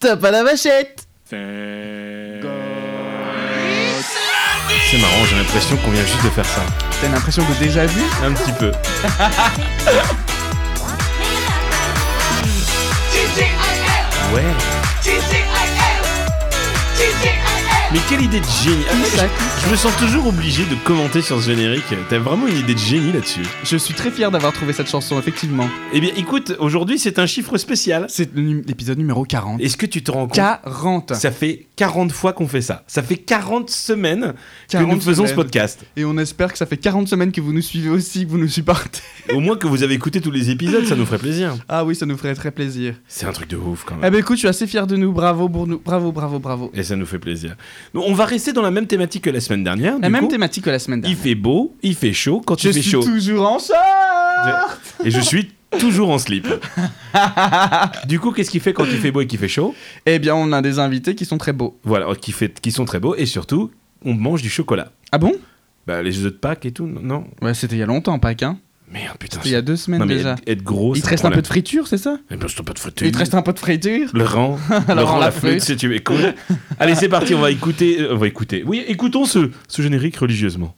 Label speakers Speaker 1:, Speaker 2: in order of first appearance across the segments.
Speaker 1: Top à la vachette
Speaker 2: C'est marrant, j'ai l'impression qu'on vient juste de faire ça.
Speaker 3: T'as une impression de déjà vu
Speaker 2: Un petit peu. Ouais. Mais quelle idée de génie Ah, mais je, je me sens toujours obligé de commenter sur ce générique. T'as vraiment une idée de génie là-dessus.
Speaker 3: Je suis très fier d'avoir trouvé cette chanson, effectivement.
Speaker 2: Eh bien, écoute, aujourd'hui, c'est un chiffre spécial.
Speaker 3: C'est le nu- l'épisode numéro 40.
Speaker 2: Est-ce que tu te rends compte
Speaker 3: 40
Speaker 2: Ça fait 40 fois qu'on fait ça. Ça fait 40 semaines que
Speaker 3: 40
Speaker 2: nous faisons ce
Speaker 3: semaines.
Speaker 2: podcast.
Speaker 3: Et on espère que ça fait 40 semaines que vous nous suivez aussi, que vous nous supportez.
Speaker 2: Au moins que vous avez écouté tous les épisodes, ça nous ferait plaisir.
Speaker 3: Ah oui, ça nous ferait très plaisir.
Speaker 2: C'est un truc de ouf quand même.
Speaker 3: Eh ben écoute, je suis assez fier de nous, bravo pour nous, bravo, bravo, bravo.
Speaker 2: Et ça nous fait plaisir. Donc, on va rester dans la même thématique que la semaine dernière.
Speaker 3: La
Speaker 2: du
Speaker 3: même
Speaker 2: coup.
Speaker 3: thématique que la semaine
Speaker 2: Il
Speaker 3: dernière.
Speaker 2: fait beau, il fait chaud. Quand
Speaker 3: Je
Speaker 2: il fait
Speaker 3: suis
Speaker 2: chaud,
Speaker 3: toujours en short
Speaker 2: et je suis toujours en slip. du coup, qu'est-ce qu'il fait quand il fait beau et qu'il fait chaud
Speaker 3: Eh bien, on a des invités qui sont très beaux.
Speaker 2: Voilà, qui, fait, qui sont très beaux et surtout, on mange du chocolat.
Speaker 3: Ah bon
Speaker 2: Bah, les œufs de Pâques et tout, non- non
Speaker 3: Ouais, c'était il y a longtemps, Pâques, hein
Speaker 2: Merde, putain.
Speaker 3: Il y a deux
Speaker 2: Ah, c'est-
Speaker 3: semaines
Speaker 2: non, mais oh,
Speaker 3: déjà.
Speaker 2: être, être gros,
Speaker 3: Il te reste un peu de friture, c'est ça
Speaker 2: de. Eh ben, pas de friture.
Speaker 3: Il te reste un peu de friture
Speaker 2: Le rang, le
Speaker 3: Laurent
Speaker 2: rang, la
Speaker 3: Lafleur.
Speaker 2: flûte, si tu veux. Cool. Allez, c'est parti, on va écouter. euh, On va écouter. Oui, écoutons ce, ce générique religieusement.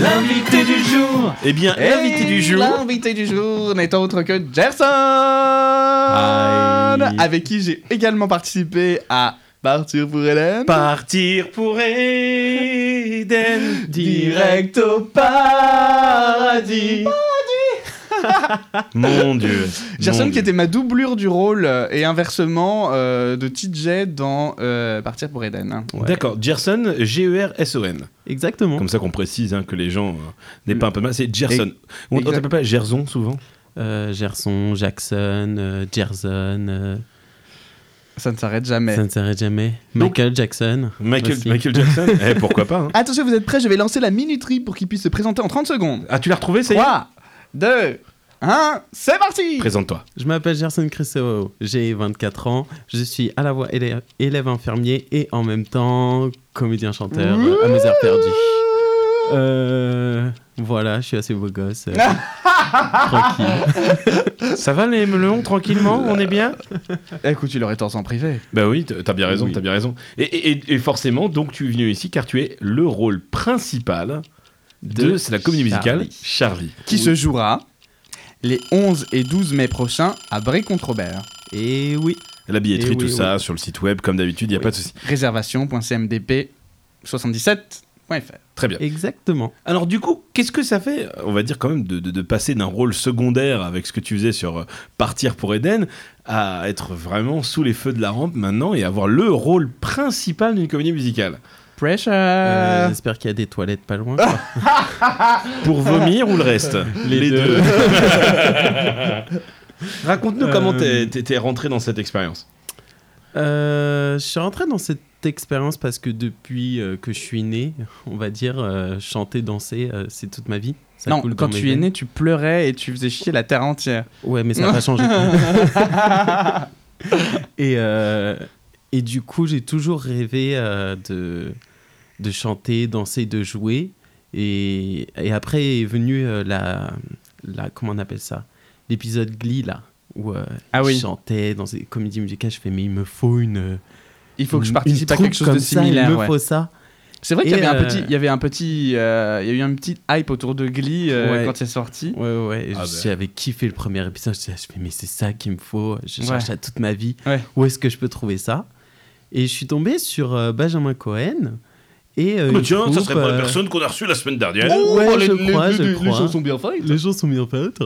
Speaker 3: L'invité du jour
Speaker 2: Eh bien, l'invité du jour.
Speaker 3: L'invité du jour n'est autre que Gerson
Speaker 2: Aïe.
Speaker 3: Avec qui j'ai également participé à Partir pour Hélène.
Speaker 2: Partir pour Eden,
Speaker 3: Direct au paradis.
Speaker 2: Mon dieu.
Speaker 3: Gerson
Speaker 2: Mon
Speaker 3: qui
Speaker 2: Dieu.
Speaker 3: était ma doublure du rôle euh, et inversement euh, de TJ dans euh, Partir pour Eden.
Speaker 2: D'accord, Gerson, E G-E-R-S-O-N.
Speaker 4: Exactement.
Speaker 2: Comme ça qu'on précise hein, que les gens euh, n'aient pas un peu de mal. C'est Gerson. On, on
Speaker 3: exact.
Speaker 2: t'appelle pas Gerson souvent
Speaker 4: Euh, Gerson, Jackson, euh, Gerson, euh,
Speaker 3: Ça ne s'arrête jamais.
Speaker 4: ça ne s'arrête jamais.
Speaker 2: Donc-
Speaker 4: Michael Jackson.
Speaker 2: Michael,
Speaker 4: aussi.
Speaker 2: Michael Jackson Eh, pourquoi pas hein.
Speaker 3: Attention, vous êtes prêts Je vais lancer la minuterie pour qu'il puisse se présenter en 30 secondes.
Speaker 2: Ah, tu l'as retrouvé, ça y est
Speaker 3: 3, 2, 1, c'est parti
Speaker 2: Présente-toi.
Speaker 4: Je m'appelle Gerson Christo, j'ai 24 ans, je suis à la voix élève, élève infirmier et en même temps comédien-chanteur euh, à mes heures perdues. Euh, voilà, je suis assez beau gosse. euh, tranquille.
Speaker 2: Ça va les melons, tranquillement On est bien
Speaker 3: Écoute, il aurait tort en privé.
Speaker 2: Bah oui, t- t'as bien raison,
Speaker 4: Oui.
Speaker 2: t'as bien raison. Et, et- et- et forcément, donc tu es venu ici car tu es le rôle principal de,
Speaker 4: De
Speaker 2: c'est la comédie musicale Charlie.
Speaker 3: Qui se jouera les 11 et 12 mai prochains à Bray-Contre-Robert.
Speaker 4: Et oui,
Speaker 2: La billetterie,
Speaker 4: Et oui,
Speaker 2: tout
Speaker 4: oui.
Speaker 2: ça, sur le site web, comme d'habitude, il n'y a
Speaker 4: Oui.
Speaker 2: pas de souci.
Speaker 3: Réservation.cmdp77.fr.
Speaker 4: Euh,
Speaker 2: Très bien.
Speaker 4: exactement.
Speaker 2: Alors du coup, qu'est-ce que ça fait, euh, on va dire quand même, de, de- de passer d'un rôle secondaire avec ce que tu faisais sur euh, Partir pour Eden à être vraiment sous les feux de la rampe maintenant et avoir le rôle principal d'une comédie musicale
Speaker 3: Pressure
Speaker 4: Euh, J'espère qu'il y a des toilettes pas loin. quoi.
Speaker 2: Pour vomir ou le reste
Speaker 4: Les deux.
Speaker 2: Raconte-nous comment
Speaker 4: Euh,
Speaker 2: t'es- t'es t'es rentré dans cette expérience.
Speaker 4: Euh, je suis rentré dans cette expérience parce que depuis euh, que je suis né, on va dire, euh, chanter, danser, euh, c'est toute ma vie. Ça
Speaker 3: Non,
Speaker 4: coule
Speaker 3: quand
Speaker 4: dans mes
Speaker 3: tu es
Speaker 4: veines.
Speaker 3: né, tu pleurais et tu faisais chier la terre entière.
Speaker 4: Ouais, mais ça n'a pas changé. et, euh, et du coup, j'ai toujours rêvé euh, de, de chanter, danser, de jouer. Et, et après est venu euh, la, la. Comment on appelle ça L'épisode Glee, là. Où euh,
Speaker 3: Ah oui.
Speaker 4: je chantais dans des comédies musicales. Je fais, mais il me faut une.
Speaker 3: Il faut que je
Speaker 4: une-
Speaker 3: participe
Speaker 4: une
Speaker 3: à quelque chose
Speaker 4: troupe comme
Speaker 3: de
Speaker 4: ça, Il
Speaker 3: similaire.
Speaker 4: me
Speaker 3: ouais.
Speaker 4: faut ça.
Speaker 3: C'est vrai qu'il y,
Speaker 4: Et,
Speaker 3: avait un
Speaker 4: euh,
Speaker 3: petit, il y avait un petit, euh, il y a eu un petit hype autour de Glee euh,
Speaker 4: Ouais.
Speaker 3: quand c'est sorti.
Speaker 4: Ouais, ouais, ouais. Et
Speaker 2: Ah
Speaker 4: je-
Speaker 2: ben.
Speaker 4: J'avais kiffé le premier épisode. Je me suis dit, mais c'est ça qu'il me faut. Je
Speaker 3: Ouais.
Speaker 4: cherche à toute ma vie.
Speaker 3: Ouais.
Speaker 4: Où est-ce que je peux trouver ça Et je suis tombé sur euh, Benjamin Cohen. Et,
Speaker 2: Oh, Bah,
Speaker 4: euh, il trouve, euh,
Speaker 2: qu'on a reçue la semaine dernière.
Speaker 4: Ouais, je crois, je crois.
Speaker 3: bien faites.
Speaker 4: Les gens sont bien faites.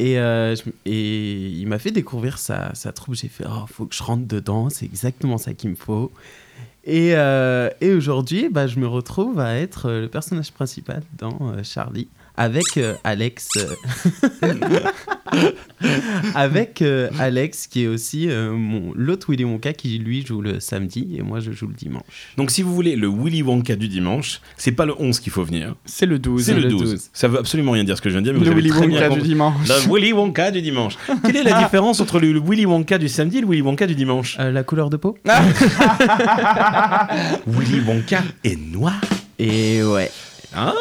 Speaker 4: Et, euh, je- et il m'a fait découvrir sa, sa troupe. J'ai fait, oh, faut que je rentre dedans. C'est exactement ça qu'il me faut. Et, euh, et aujourd'hui, bah, je me retrouve à être euh, le personnage principal dans euh, Charlie avec euh, Alex. euh, avec euh, Alex, qui est aussi euh, mon, l'autre Willy Wonka qui lui joue le samedi et moi je joue le dimanche.
Speaker 2: Donc si vous voulez le Willy Wonka du dimanche, c'est pas le 11 qu'il faut venir,
Speaker 3: C'est le 12.
Speaker 2: c'est le 12. Ça veut absolument rien dire ce que je viens de dire, mais
Speaker 3: Le
Speaker 2: vous
Speaker 3: Willy
Speaker 2: avez très bien
Speaker 3: Wonka du
Speaker 2: compris.
Speaker 3: dimanche.
Speaker 2: Le Willy Wonka du dimanche. Quelle est la
Speaker 4: Ah.
Speaker 2: différence entre le Willy Wonka du samedi et le Willy Wonka du dimanche
Speaker 4: Euh, la couleur de peau
Speaker 2: Willy Wonka est noir.
Speaker 4: Et ouais.
Speaker 2: Ah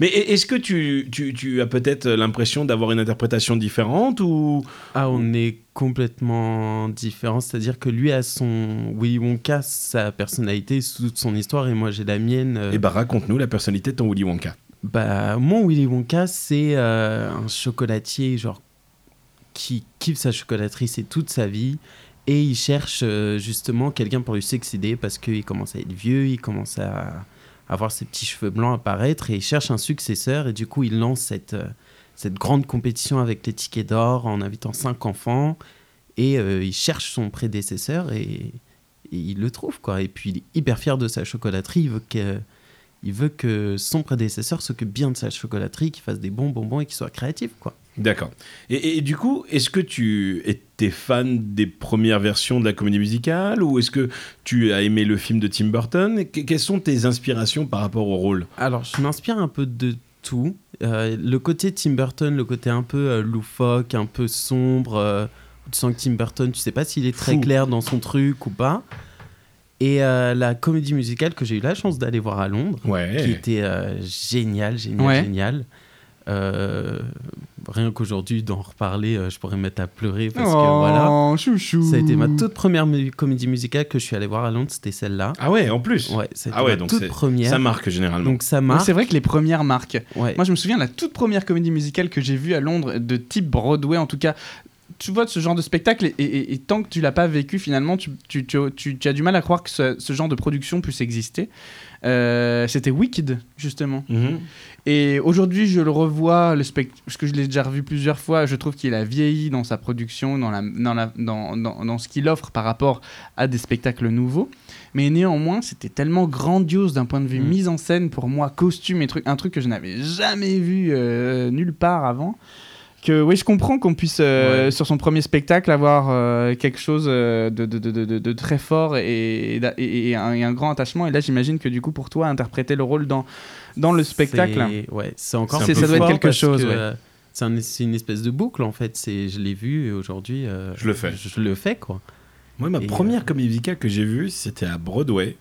Speaker 2: Mais e- est-ce que tu, tu, tu as peut-être l'impression d'avoir une interprétation différente ou
Speaker 4: Ah, on est complètement différents. C'est-à-dire que lui a son Willy Wonka, sa personnalité, toute son histoire, et moi j'ai la mienne. euh,
Speaker 2: Eh bah raconte-nous la personnalité de ton Willy Wonka.
Speaker 4: Bah, mon Willy Wonka, c'est euh, un chocolatier genre qui kiffe sa chocolaterie, c'est toute sa vie. Et il cherche euh, justement quelqu'un pour lui succéder parce qu'il commence à être vieux, il commence à avoir ses petits cheveux blancs apparaître et il cherche un successeur. Et du coup, il lance cette, euh, cette grande compétition avec les tickets d'or en invitant cinq enfants. Et euh, il cherche son prédécesseur et, et il le trouve quoi. Et puis il est hyper fier de sa chocolaterie, il veut que. Il veut que son prédécesseur s'occupe bien de sa chocolaterie, qu'il fasse des bons bonbons et qu'il soit créatif, quoi.
Speaker 2: D'accord. Et, et- et du coup, est-ce que tu étais fan des premières versions de la comédie musicale ou est-ce que tu as aimé le film de Tim Burton Que- Quelles sont tes inspirations par rapport au rôle
Speaker 4: Alors, je m'inspire un peu de tout. Euh, le côté Tim Burton, le côté un peu euh, loufoque, un peu sombre. euh, tu sens que Tim Burton, tu sais pas s'il est très
Speaker 2: Fou.
Speaker 4: clair dans son truc ou pas. Et euh, la comédie musicale que j'ai eu la chance d'aller voir à Londres, qui
Speaker 2: Ouais.
Speaker 4: était euh, génial, génial,
Speaker 3: Ouais.
Speaker 4: génial. Euh, rien qu'aujourd'hui d'en reparler, euh, je pourrais me mettre à pleurer parce que
Speaker 3: oh,
Speaker 4: voilà.
Speaker 3: chouchou.
Speaker 4: Ça a été ma toute première mu- comédie musicale que je suis allé voir à Londres, c'était celle-là.
Speaker 2: Ah ouais, en plus.
Speaker 4: Ouais, c'était
Speaker 2: Ah ouais,
Speaker 4: ma
Speaker 2: donc
Speaker 4: toute
Speaker 2: c'est-
Speaker 4: première.
Speaker 2: Ça marque généralement.
Speaker 4: donc ça
Speaker 3: Mais
Speaker 4: marche.
Speaker 3: C'est vrai que les premières marques.
Speaker 4: Ouais.
Speaker 3: Moi, je me souviens la toute première comédie musicale que j'ai vue à Londres, de type Broadway en tout cas. Tu vois ce genre de spectacle et, et- et tant que tu l'as pas vécu finalement, tu, tu- tu- tu- tu as du mal à croire que ce, ce genre de production puisse exister. Euh, C'était Wicked justement.
Speaker 2: Mhm.
Speaker 3: Et aujourd'hui, je le revois, le spect- parce que je l'ai déjà revu plusieurs fois, je trouve qu'il a vieilli dans sa production, dans, la, dans, la- dans, dans- dans ce qu'il offre par rapport à des spectacles nouveaux. Mais néanmoins, c'était tellement grandiose d'un point de vue
Speaker 4: Mm.
Speaker 3: mise en scène pour moi, costume et truc, un truc que je n'avais jamais vu euh, nulle part avant. Que oui, je comprends qu'on puisse, euh,
Speaker 4: Ouais.
Speaker 3: sur son premier spectacle, avoir euh, quelque chose euh, de, de- de- de- de- de très fort et, et d'a- et- et un, et un grand attachement. Et là, j'imagine que du coup, pour toi, interpréter le rôle dans, dans le spectacle. hein.
Speaker 4: C'est- Ouais, c'est encore.
Speaker 2: C'est-
Speaker 4: plus
Speaker 2: ça doit être
Speaker 4: fort
Speaker 3: quelque
Speaker 4: parce
Speaker 3: chose,
Speaker 4: que,
Speaker 3: ouais.
Speaker 4: euh, C'est un- c'est une espèce de boucle en fait. C'est, je l'ai vu et aujourd'hui. euh,
Speaker 2: Je le fais.
Speaker 4: Je, le fais quoi.
Speaker 2: Moi, ma
Speaker 4: Et,
Speaker 3: euh,
Speaker 2: première comédie musicale que j'ai vue, c'était à Broadway.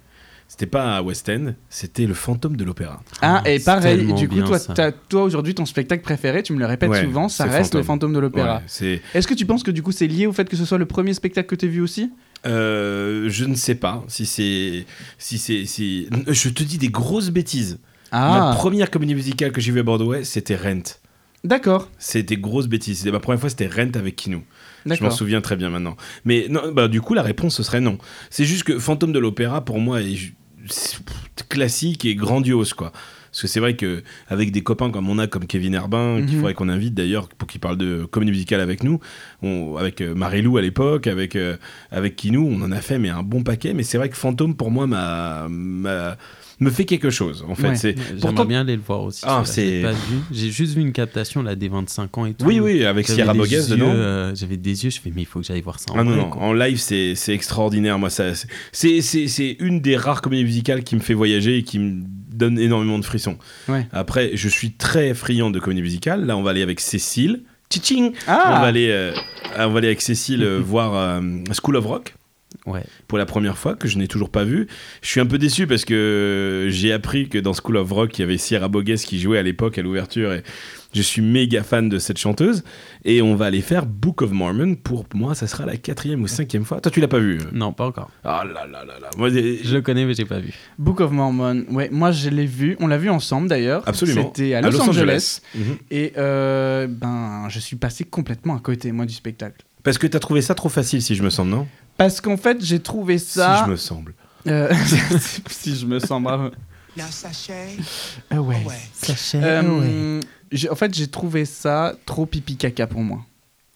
Speaker 2: C'était pas à West End, c'était Le Fantôme de l'Opéra.
Speaker 3: Ah, et
Speaker 4: c'est
Speaker 3: pareil,
Speaker 4: tellement
Speaker 3: du coup,
Speaker 4: bien,
Speaker 3: toi,
Speaker 4: ça.
Speaker 3: t'as- toi aujourd'hui, ton spectacle préféré, tu me le répètes
Speaker 2: Ouais,
Speaker 3: souvent, ça
Speaker 2: c'est
Speaker 3: reste
Speaker 2: Fantôme.
Speaker 3: le fantôme de l'opéra.
Speaker 2: Ouais, c'est,
Speaker 3: Est-ce que tu penses que du coup, c'est lié au fait que ce soit le premier spectacle que t'as vu aussi
Speaker 2: euh, je ne sais pas si c'est, si c'est, si. Je te dis des grosses bêtises. Ma
Speaker 3: Ah,
Speaker 2: première comédie musicale que j'ai vue à Broadway, c'était Rent.
Speaker 3: d'accord,
Speaker 2: C'était grosses bêtises. C'était ma première fois, c'était Rent avec Kinou. Je m'en
Speaker 3: d'accord.
Speaker 2: souviens très bien maintenant. Mais non, bah, du coup, la réponse, ce serait non. C'est juste que Fantôme de l'Opéra, pour moi, est ju- c'est classique et grandiose, quoi. Parce que c'est vrai que avec des copains comme on a, comme Kevin Herbin, qu'il
Speaker 3: Mhm.
Speaker 2: faudrait qu'on invite d'ailleurs pour qu'il parle de comédie musicale avec nous, on- avec euh, Marie-Lou à l'époque, avec, euh, avec Kinou, on en a fait mais un bon paquet. Mais c'est vrai que Fantôme, pour moi, m'a, m'a- me fait quelque chose. En fait,
Speaker 3: Ouais.
Speaker 2: c'est
Speaker 4: J'aimerais
Speaker 2: pourtant-
Speaker 4: bien aller le voir aussi.
Speaker 2: Ah,
Speaker 4: celui-là.
Speaker 2: c'est-
Speaker 4: Je l'ai pas vu. J'ai juste vu une captation là des 25 ans et tout.
Speaker 2: oui, oui, avec
Speaker 4: J'avais
Speaker 2: Sierra
Speaker 4: les
Speaker 2: Bogues
Speaker 4: yeux,
Speaker 2: dedans.
Speaker 4: euh, J'avais des yeux. Je fais mais il faut que j'aille voir ça. en
Speaker 2: Ah non,
Speaker 4: vrai,
Speaker 2: non,
Speaker 4: quoi.
Speaker 2: en live, c'est c'est extraordinaire. Moi, ça, c'est- c'est c'est- c'est une des rares comédies musicales qui me fait voyager et qui me donne énormément de frissons.
Speaker 3: Ouais.
Speaker 2: Après, je suis très friand de comédie musicale. Là, on va aller avec Cécile. Tchitching on, va
Speaker 3: Ah,
Speaker 2: aller, euh, on va aller avec Cécile euh, voir euh, School of Rock
Speaker 4: Ouais.
Speaker 2: pour la première fois, que je n'ai toujours pas vu. Je suis un peu déçu parce que j'ai appris que dans School of Rock, il y avait Sierra Bogues qui jouait à l'époque à l'ouverture et je suis méga fan de cette chanteuse. Et on va aller faire Book of Mormon. Pour moi, ça sera la quatrième ou cinquième fois. Toi, tu l'as pas vu euh
Speaker 4: Non, pas encore.
Speaker 2: Ah là là là là. Moi, j'ai-
Speaker 4: Je le connais mais j'ai pas vu.
Speaker 3: Book of Mormon, ouais, moi je l'ai vu, on l'a vu ensemble d'ailleurs.
Speaker 2: Absolument.
Speaker 3: C'était à,
Speaker 2: À
Speaker 3: Los,
Speaker 2: Los
Speaker 3: Angeles.
Speaker 2: Mhm.
Speaker 3: Et euh, ben, je suis passé complètement à côté, moi, du spectacle.
Speaker 2: Parce que t'as trouvé ça trop facile, si je me semble, non
Speaker 3: Parce qu'en fait, j'ai trouvé
Speaker 2: Si
Speaker 3: ça.
Speaker 2: je me semble.
Speaker 3: Euh, si je me sens brave.
Speaker 1: Now sachet
Speaker 3: Ah ouais.
Speaker 1: away.
Speaker 4: Sachez.
Speaker 3: Euh, j'ai- En fait, j'ai trouvé ça trop pipi caca pour moi.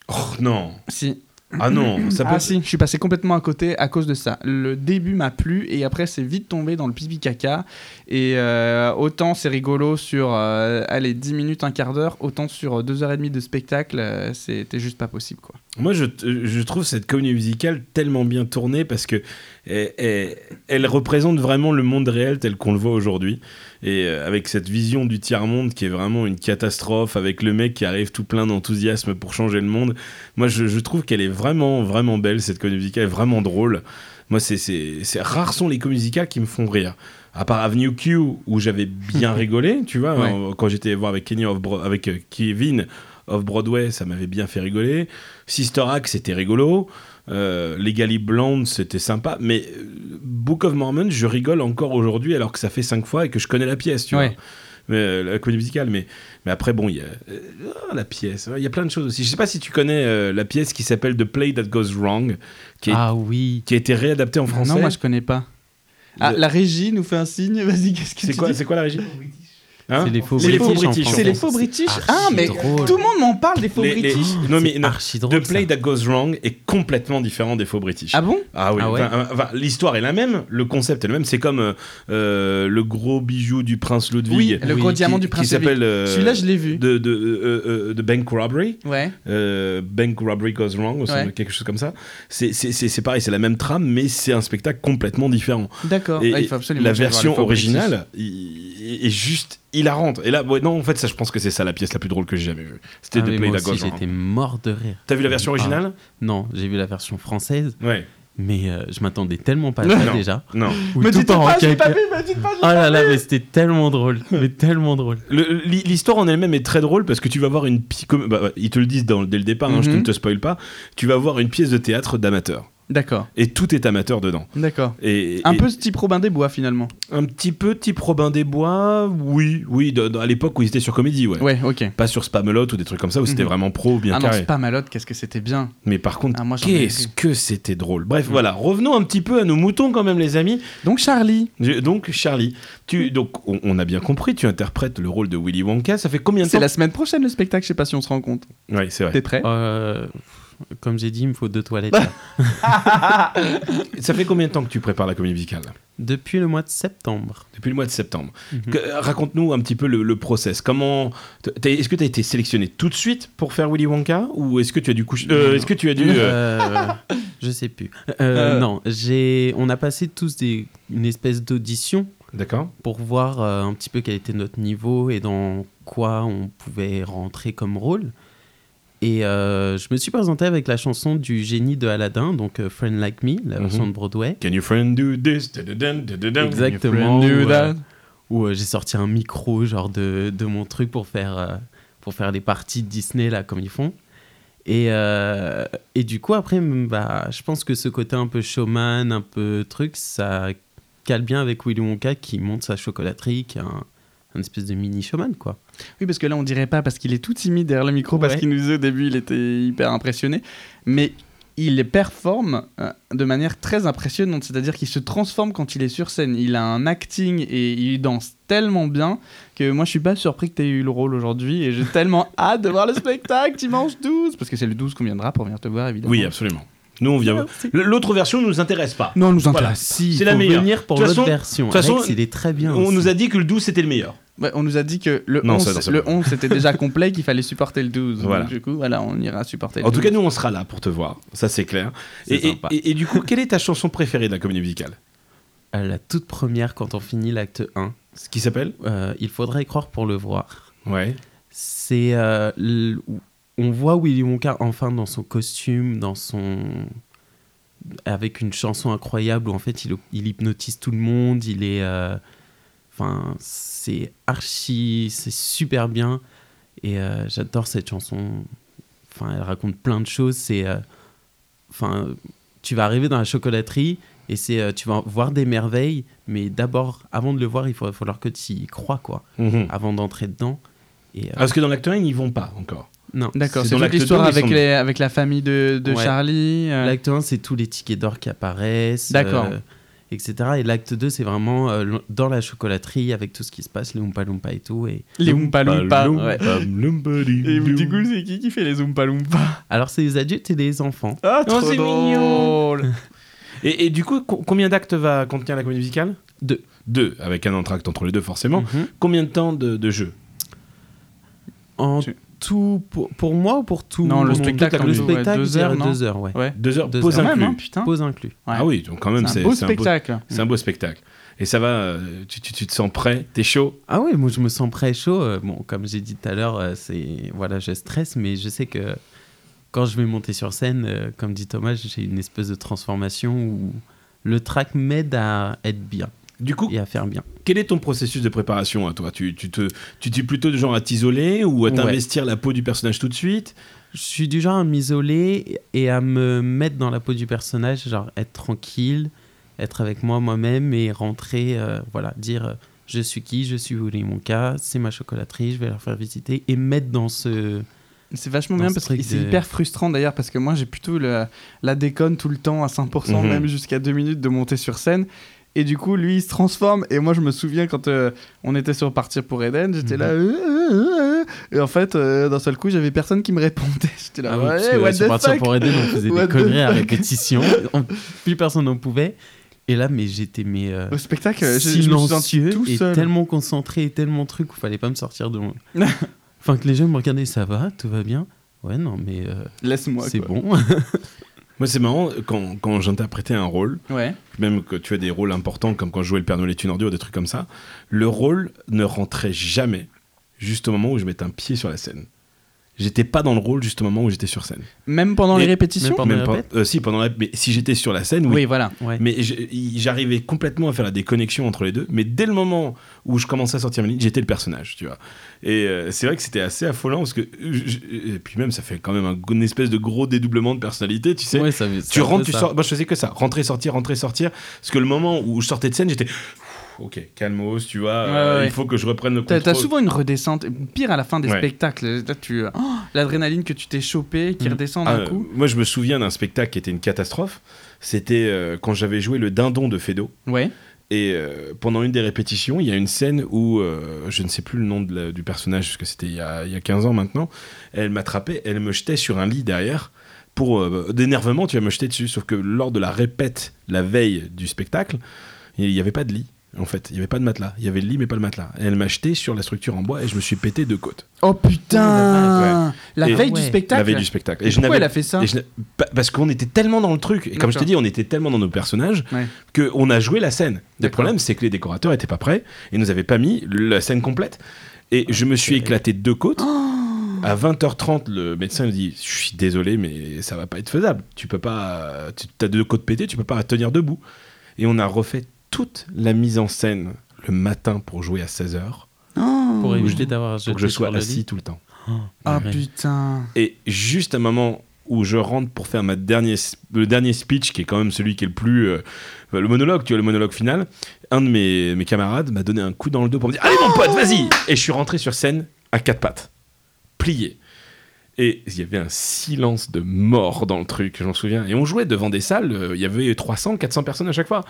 Speaker 2: Oh non
Speaker 3: Si.
Speaker 2: Ah non ça peut...
Speaker 3: Ah si, je suis passé complètement à côté à cause de ça. Le début m'a plu et après c'est vite tombé dans le pipi caca. Et euh, autant c'est rigolo sur euh, allez 10 minutes, un quart d'heure, autant sur euh, 2h30 de spectacle, euh, c'était juste pas possible quoi.
Speaker 2: Moi, je, je trouve cette comédie musicale tellement bien tournée parce que elle, elle- elle représente vraiment le monde réel tel qu'on le voit aujourd'hui. Et euh, avec cette vision du tiers-monde qui est vraiment une catastrophe, avec le mec qui arrive tout plein d'enthousiasme pour changer le monde. Moi, je, je trouve qu'elle est vraiment, vraiment belle, cette comédie musicale, elle est vraiment drôle. Moi, c'est, c'est, c'est- rares sont les comédies musicales qui me font rire. à part Avenue Q où j'avais bien rigolé, tu vois,
Speaker 3: Ouais.
Speaker 2: euh, quand j'étais voir avec Kenny off Bro- avec euh, Kevin off Broadway, ça m'avait bien fait rigoler. Sister Act, c'était rigolo. Euh, Legally Blonde, c'était sympa, mais euh, Book of Mormon, je rigole encore aujourd'hui alors que ça fait cinq fois et que je connais la pièce, tu
Speaker 3: Ouais.
Speaker 2: vois. Mais, euh, la comédie musicale, mais, mais après, bon, il y a euh, ah, la pièce, il y a plein de choses aussi. Je sais pas si tu connais euh, la pièce qui s'appelle The Play That Goes Wrong, qui, est-
Speaker 4: Ah oui.
Speaker 2: qui a été réadaptée en français.
Speaker 3: Ah Non, moi je connais pas. Ah,
Speaker 2: Le-
Speaker 3: la régie nous fait un signe. Vas-y, qu'est-ce que
Speaker 2: C'est
Speaker 3: tu
Speaker 2: quoi,
Speaker 3: dis
Speaker 2: c'est quoi la régie Hein
Speaker 4: C'est les faux
Speaker 2: C'est les faux british,
Speaker 4: en
Speaker 3: C'est les
Speaker 4: France.
Speaker 3: faux british.
Speaker 4: archi
Speaker 3: Ah, mais
Speaker 4: drôle.
Speaker 3: tout le monde m'en parle des faux
Speaker 2: Les- les-
Speaker 3: british.
Speaker 2: Ah, Non, mais non.
Speaker 4: archi drôle.
Speaker 2: The Play That Goes Wrong est complètement différent des faux british.
Speaker 3: Ah bon
Speaker 2: Ah oui,
Speaker 4: Ah ouais
Speaker 2: enfin, enfin, l'histoire est la même, le concept est le même. C'est comme euh, euh, le gros bijou du prince Ludwig.
Speaker 3: Oui, le
Speaker 4: Oui,
Speaker 3: gros
Speaker 4: qui-
Speaker 3: diamant du
Speaker 2: qui
Speaker 3: prince. Eric.
Speaker 2: s'appelle euh,
Speaker 3: Celui-là, je l'ai vu.
Speaker 2: de, de, euh, euh, de Bank Robbery.
Speaker 3: Ouais.
Speaker 2: euh, Bank Robbery Goes Wrong, ou
Speaker 3: Ouais.
Speaker 2: quelque chose comme ça. C'est- C'est c'est- c'est pareil, c'est la même trame, mais c'est un spectacle complètement différent.
Speaker 3: D'accord.
Speaker 2: Et
Speaker 3: Ah, il faut absolument
Speaker 2: la
Speaker 3: que j'aille voir les
Speaker 2: version
Speaker 3: faux british.
Speaker 2: originale i- i- est juste hilarante. Et là, ouais, non, en fait, ça, je pense que c'est ça la pièce la plus drôle que j'ai jamais vue. C'était
Speaker 4: Ah,
Speaker 2: de
Speaker 4: mais
Speaker 2: Play
Speaker 4: moi
Speaker 2: That
Speaker 4: aussi,
Speaker 2: Goes Wrong.
Speaker 4: J'étais mort de rire.
Speaker 2: hein. T'as vu la version
Speaker 4: Ah,
Speaker 2: originale
Speaker 4: Non, j'ai vu la version française,
Speaker 2: Ouais.
Speaker 4: mais euh, je m'attendais tellement pas à ça
Speaker 2: Non.
Speaker 4: déjà.
Speaker 2: Non.
Speaker 4: Où
Speaker 3: Me
Speaker 4: tout
Speaker 3: dites
Speaker 4: part en
Speaker 3: pas, j'ai pas
Speaker 4: caca.
Speaker 3: vu, me dites pas, j'ai
Speaker 4: Oh
Speaker 3: pas
Speaker 4: là là,
Speaker 3: vu.
Speaker 4: mais c'était tellement drôle, mais tellement drôle.
Speaker 2: Le- l'hi- L'histoire en elle-même est très drôle parce que tu vas voir une psycho- bah, bah, ils te le disent dans- dès le départ, hein, je te-
Speaker 3: Mhm.
Speaker 2: ne te spoil pas. Tu vas voir une pièce de théâtre d'amateur
Speaker 3: D'accord,
Speaker 2: et tout est amateur dedans.
Speaker 3: d'accord.
Speaker 2: Et,
Speaker 3: Un
Speaker 2: et-
Speaker 3: peu ce type Robin des Bois finalement.
Speaker 2: un petit peu type Robin des Bois, oui, oui, de- de- à l'époque où ils étaient sur comédie, ouais.
Speaker 3: Ouais, ok.
Speaker 2: Pas sur Spamelot ou des trucs comme ça où c'était
Speaker 3: Mhm.
Speaker 2: vraiment pro, bien
Speaker 3: Ah non,
Speaker 2: carré.
Speaker 3: c'est pas malotte, qu'est-ce que c'était bien.
Speaker 2: Mais par contre,
Speaker 3: Ah, moi, j'en ai Mm.
Speaker 2: qu'est-ce
Speaker 3: ri.
Speaker 2: que c'était drôle. Bref, voilà, revenons un petit peu à nos moutons quand même, les amis.
Speaker 3: Donc Charlie,
Speaker 2: Je- Donc, Charlie,
Speaker 3: Mm.
Speaker 2: tu, donc, on, on a bien compris, tu interprètes le rôle de Willy Wonka. Ça fait combien de
Speaker 3: c'est
Speaker 2: temps
Speaker 3: la semaine prochaine le spectacle, je sais pas si on se rend compte.
Speaker 2: Ouais, Oh, c'est vrai.
Speaker 3: T'es prêt
Speaker 4: Euh, comme j'ai dit, il me faut deux toilettes.
Speaker 2: Ça fait combien de temps que tu prépares la comédie musicale là
Speaker 4: Depuis le mois de septembre.
Speaker 2: Depuis le mois de septembre.
Speaker 3: Mm-hmm.
Speaker 4: Mhm.
Speaker 2: Que- Raconte-nous un petit peu le, le process. Comment t'as- Est-ce que tu as été sélectionné tout de suite pour faire Willy Wonka ou est-ce que tu as dû coucher euh, Est-ce que tu as dû euh,
Speaker 4: Euh, je sais plus. Euh,
Speaker 3: Euh.
Speaker 4: Non, j'ai. On a passé tous des, une espèce d'audition
Speaker 2: D'accord.
Speaker 4: pour voir euh, un petit peu quel était notre niveau et dans quoi on pouvait rentrer comme rôle. Et euh, je me suis présenté avec la chanson du génie de Aladdin, donc euh, Friend Like Me, la
Speaker 2: Mhm.
Speaker 4: version de Broadway,
Speaker 2: Can your friend do this Da-da-dam, da-da-dam.
Speaker 4: Exactement.
Speaker 3: Friend
Speaker 4: Ou,
Speaker 3: do that.
Speaker 4: où euh, j'ai sorti un micro genre de, de mon truc pour faire, euh, pour faire les parties de Disney là comme ils font. Et, euh, et du coup après, m- bah, je pense que ce côté un peu showman, un peu truc, ça cale bien avec Willy Wonka qui monte sa chocolaterie, qui est un, un espèce de mini showman quoi.
Speaker 3: Oui, parce que là on dirait pas parce qu'il est tout timide derrière le micro parce
Speaker 4: Ouais.
Speaker 3: qu'il nous disait au début il était hyper impressionné, mais il performe euh, de manière très impressionnante, c'est-à-dire qu'il se transforme quand il est sur scène. Il a un acting et il danse tellement bien que moi je suis pas surpris que tu aies eu le rôle aujourd'hui et j'ai tellement hâte de voir le spectacle dimanche 12 parce que c'est le 12 qu'on viendra pour venir te voir évidemment.
Speaker 2: Oui, absolument. Nous, on vient. L'autre version ne nous intéresse pas.
Speaker 3: Non, elle nous
Speaker 2: Voilà.
Speaker 3: intéresse.
Speaker 4: Si,
Speaker 2: C'est la
Speaker 4: faut
Speaker 2: meilleure.
Speaker 4: venir pour
Speaker 2: De toute
Speaker 4: l'autre
Speaker 2: façon-
Speaker 4: version.
Speaker 2: de toute façon,
Speaker 4: Alex, il est très bien.
Speaker 2: On
Speaker 4: aussi.
Speaker 2: nous a dit que le 12 c'était le meilleur.
Speaker 3: Ouais, on nous a dit que le
Speaker 2: Non,
Speaker 3: 11,
Speaker 2: ça, non, ça,
Speaker 3: le
Speaker 2: non.
Speaker 3: 11 c'était déjà complet, qu'il fallait supporter le 12.
Speaker 2: Voilà.
Speaker 3: Donc, du coup, voilà, on ira supporter le
Speaker 2: En tout
Speaker 3: 12.
Speaker 2: cas, nous, on sera là pour te voir. Ça, c'est clair.
Speaker 4: C'est
Speaker 2: Et, et-
Speaker 4: sympa.
Speaker 2: et- et du coup, quelle est ta chanson préférée de la comédie musicale
Speaker 4: Euh, la toute première quand on finit l'acte 1,
Speaker 2: Ce qui s'appelle
Speaker 4: euh, il faudrait y croire pour le voir.
Speaker 2: Ouais.
Speaker 4: c'est euh, l- où on voit Willy Wonka enfin dans son costume, dans son avec une chanson incroyable où en fait il, il hypnotise tout le monde, il est euh, enfin c'est archi, c'est super bien et euh, j'adore cette chanson. Enfin, elle raconte plein de choses, c'est euh, enfin tu vas arriver dans la chocolaterie et c'est euh, tu vas voir des merveilles mais d'abord avant de le voir, il faut, falloir que tu y crois quoi
Speaker 2: Mhm.
Speaker 4: avant d'entrer dedans et euh,
Speaker 2: Ah, Parce que dans l'acte 1, ils n'y vont pas encore.
Speaker 4: non.
Speaker 3: D'accord, c'est
Speaker 2: C'est dans
Speaker 3: toute
Speaker 2: l'acte
Speaker 3: l'histoire
Speaker 2: deux, ils
Speaker 3: avec,
Speaker 2: sont-
Speaker 3: les- avec la famille de, de
Speaker 4: Ouais.
Speaker 3: Charlie. euh,
Speaker 4: L'acte 1, c'est tous les tickets d'or qui apparaissent.
Speaker 3: D'accord.
Speaker 4: euh, etc. Et l'acte 2, c'est vraiment euh, l- dans la chocolaterie avec tout ce qui se passe, les Oompa Loompa et tout. Et...
Speaker 3: Les Oompa Loompa. ouais. Et du coup,
Speaker 2: Loompa
Speaker 3: c'est qui qui fait les Oompa Loompa
Speaker 4: Alors, c'est les adultes et les enfants.
Speaker 3: Ah,
Speaker 2: trop
Speaker 3: c'est
Speaker 2: drôle.
Speaker 3: mignon
Speaker 2: Et, et du coup, co- combien d'actes va contenir la comédie musicale
Speaker 4: Deux.
Speaker 2: Deux, avec un entracte entre les deux, forcément.
Speaker 4: Mhm.
Speaker 2: Combien de temps de, de jeu
Speaker 4: En
Speaker 3: Tu-
Speaker 4: tout, pour, pour moi ou pour tout
Speaker 3: Non,
Speaker 4: le
Speaker 3: le
Speaker 4: monde
Speaker 3: spectacle en
Speaker 4: Le
Speaker 3: tout, ouais,
Speaker 4: spectacle,
Speaker 3: deux
Speaker 4: je dirais
Speaker 3: heures, non
Speaker 4: deux heures, ouais.
Speaker 3: Ouais,
Speaker 2: Deux heures,
Speaker 4: Deux
Speaker 2: pause
Speaker 4: heures.
Speaker 3: quand même,
Speaker 2: inclus.
Speaker 3: hein, putain.
Speaker 4: Pause inclus.
Speaker 2: Ah oui, donc quand même,
Speaker 3: c'est
Speaker 2: c'est
Speaker 3: un beau
Speaker 2: c'est un, beau-
Speaker 3: spectacle.
Speaker 2: c'est un beau spectacle. Et ça va, euh, tu, tu- tu te sens prêt, t'es chaud
Speaker 4: Ah ouais, moi, je me sens très chaud. euh, Bon, comme j'ai dit tout à l'heure, euh, c'est... Voilà, je stresse, mais je sais que quand je vais monter sur scène, euh, comme dit Thomas, j'ai une espèce de transformation où le track m'aide à être bien.
Speaker 2: Du coup,
Speaker 4: et à faire bien.
Speaker 2: quel est ton processus de préparation à toi tu, tu te, tu dis plutôt de genre à t'isoler ou à
Speaker 4: Ouais.
Speaker 2: t'investir la peau du personnage tout de suite
Speaker 4: Je suis du genre à m'isoler et à me mettre dans la peau du personnage, genre être tranquille, être avec moi moi-même et rentrer, euh, voilà, dire euh, je suis qui, je suis Willy Wonka, c'est ma chocolaterie, je vais leur faire visiter et mettre dans ce...
Speaker 3: C'est vachement
Speaker 4: Dans
Speaker 3: bien
Speaker 4: ce
Speaker 3: parce que
Speaker 4: truc
Speaker 3: c'est
Speaker 4: de-
Speaker 3: hyper frustrant d'ailleurs parce que moi j'ai plutôt le- la déconne tout le temps à 100%
Speaker 2: Mhm.
Speaker 3: même jusqu'à 2 minutes de monter sur scène et du coup lui il se transforme et moi je me souviens quand euh, on était sur partir pour Eden j'étais là euh, euh, euh, et en fait euh, d'un seul coup j'avais personne qui me répondait j'étais là
Speaker 4: Ah oui, parce
Speaker 3: Bah ouais,
Speaker 4: que
Speaker 3: what
Speaker 4: sur
Speaker 3: the
Speaker 4: Partir
Speaker 3: fuck
Speaker 4: pour aider, on faisait
Speaker 3: What
Speaker 4: des
Speaker 3: the
Speaker 4: conneries à
Speaker 3: fuck
Speaker 4: répétition, On- plus personne n'en pouvait. Et là, mais j'étais mais euh,
Speaker 3: au spectacle je- je, me suis senti
Speaker 4: silencieux
Speaker 3: tout
Speaker 4: et
Speaker 3: seul
Speaker 4: tellement concentré et tellement truc qu'il fallait pas me sortir de mon... enfin, que les gens me regardaient, ça va, tout va bien Ouais, non, mais euh,
Speaker 3: laisse-moi
Speaker 4: c'est
Speaker 3: quoi.
Speaker 4: bon.
Speaker 2: Moi, c'est marrant, quand, quand j'interprétais un rôle,
Speaker 3: ouais
Speaker 2: même que tu as des rôles importants, comme quand je jouais le Père Noël est une ordure, des trucs comme ça, le rôle ne rentrait jamais juste au moment où je mettais un pied sur la scène. J'étais pas dans le rôle juste au moment où j'étais sur scène.
Speaker 3: même pendant les
Speaker 4: Et-
Speaker 3: répétitions
Speaker 4: même Pendant la
Speaker 2: pas-
Speaker 4: répète
Speaker 2: euh, si, pendant la- mais si j'étais sur la scène, oui.
Speaker 3: oui voilà
Speaker 4: Ouais.
Speaker 2: Mais je- il- j'arrivais complètement à faire la déconnexion entre les deux. Mais dès le moment où je commençais à sortir ma ligne, j'étais le personnage, tu vois. Et euh, c'est vrai que c'était assez affolant parce que. je- je- et puis même, ça fait quand même un- une espèce de gros dédoublement de personnalité, tu sais.
Speaker 4: Ouais, ça- c'est
Speaker 2: Tu
Speaker 4: un peu
Speaker 2: rentres, tu
Speaker 4: ça.
Speaker 2: sors. Moi, je faisais que ça. Rentrer, sortir, rentrer, sortir. Parce que le moment où je sortais de scène, j'étais. Pff, Ok, calmos, tu vois. euh,
Speaker 3: Ouais, ouais.
Speaker 2: Il faut que je reprenne le
Speaker 3: T'as- T'as
Speaker 2: contrôle.
Speaker 3: souvent une redescente, pire à la fin des
Speaker 2: Ouais.
Speaker 3: spectacles. Là, tu, oh, l'adrénaline que tu t'es chopée, qui
Speaker 4: Mhm.
Speaker 3: redescend
Speaker 2: Ah,
Speaker 3: d'un coup.
Speaker 2: moi, je me souviens d'un spectacle qui était une catastrophe. C'était euh, quand j'avais joué le dindon de Fedo.
Speaker 3: Ouais.
Speaker 2: Et euh, pendant une des répétitions, il y a une scène où euh, je ne sais plus le nom de la- du personnage, parce que c'était il, y a- il y a 15 ans maintenant, elle m'attrapait, elle me jetait sur un lit derrière. Pour euh, d'énervement, tu vas me jeter dessus. Sauf que lors de la répète, la veille du spectacle, il n'y avait pas de lit, en fait. Il n'y avait pas de matelas. Il y avait le lit, mais pas le matelas. Et elle m'a jeté sur la structure en bois et je me suis pété deux côtes.
Speaker 3: Oh putain La
Speaker 2: Et-
Speaker 3: veille du
Speaker 4: Ouais.
Speaker 3: spectacle
Speaker 2: La veille du spectacle.
Speaker 3: Et
Speaker 2: je
Speaker 3: pourquoi
Speaker 2: n'avais
Speaker 3: elle a fait ça
Speaker 2: et je n'ai- pa- parce qu'on était tellement dans le truc, et comme je
Speaker 3: D'accord.
Speaker 2: t'ai dit, on était tellement dans nos personnages,
Speaker 3: Ouais.
Speaker 2: que qu'on a joué la scène. Le
Speaker 3: D'accord.
Speaker 2: problème, c'est que les décorateurs n'étaient pas prêts, et nous avaient pas mis la scène complète. Et je me suis
Speaker 4: c'est
Speaker 2: éclaté de deux côtes. à 20h30, le médecin me dit Je suis désolé, mais ça va pas être faisable. Tu peux pas. Tu as deux côtes pétées, tu peux pas tenir debout. Et on a refait toute la mise en scène le matin pour jouer à 16h,
Speaker 3: Oh.
Speaker 4: pour éviter
Speaker 2: je-
Speaker 4: d'avoir
Speaker 2: pour que je sois assis Oh, tout le temps.
Speaker 3: Ah
Speaker 4: ouais.
Speaker 3: putain
Speaker 2: Et juste un moment où je rentre pour faire ma dernier, le dernier speech, qui est quand même celui qui est le plus. euh, le monologue, tu vois, le monologue final, un de mes, mes camarades m'a donné un coup dans le dos pour me dire Allez, mon pote, vas-y Et je suis rentré sur scène à quatre pattes, plié. Et il y avait un silence de mort dans le truc, je m'en souviens. Et on jouait devant des salles, euh, il y avait 300, 400 personnes à chaque fois.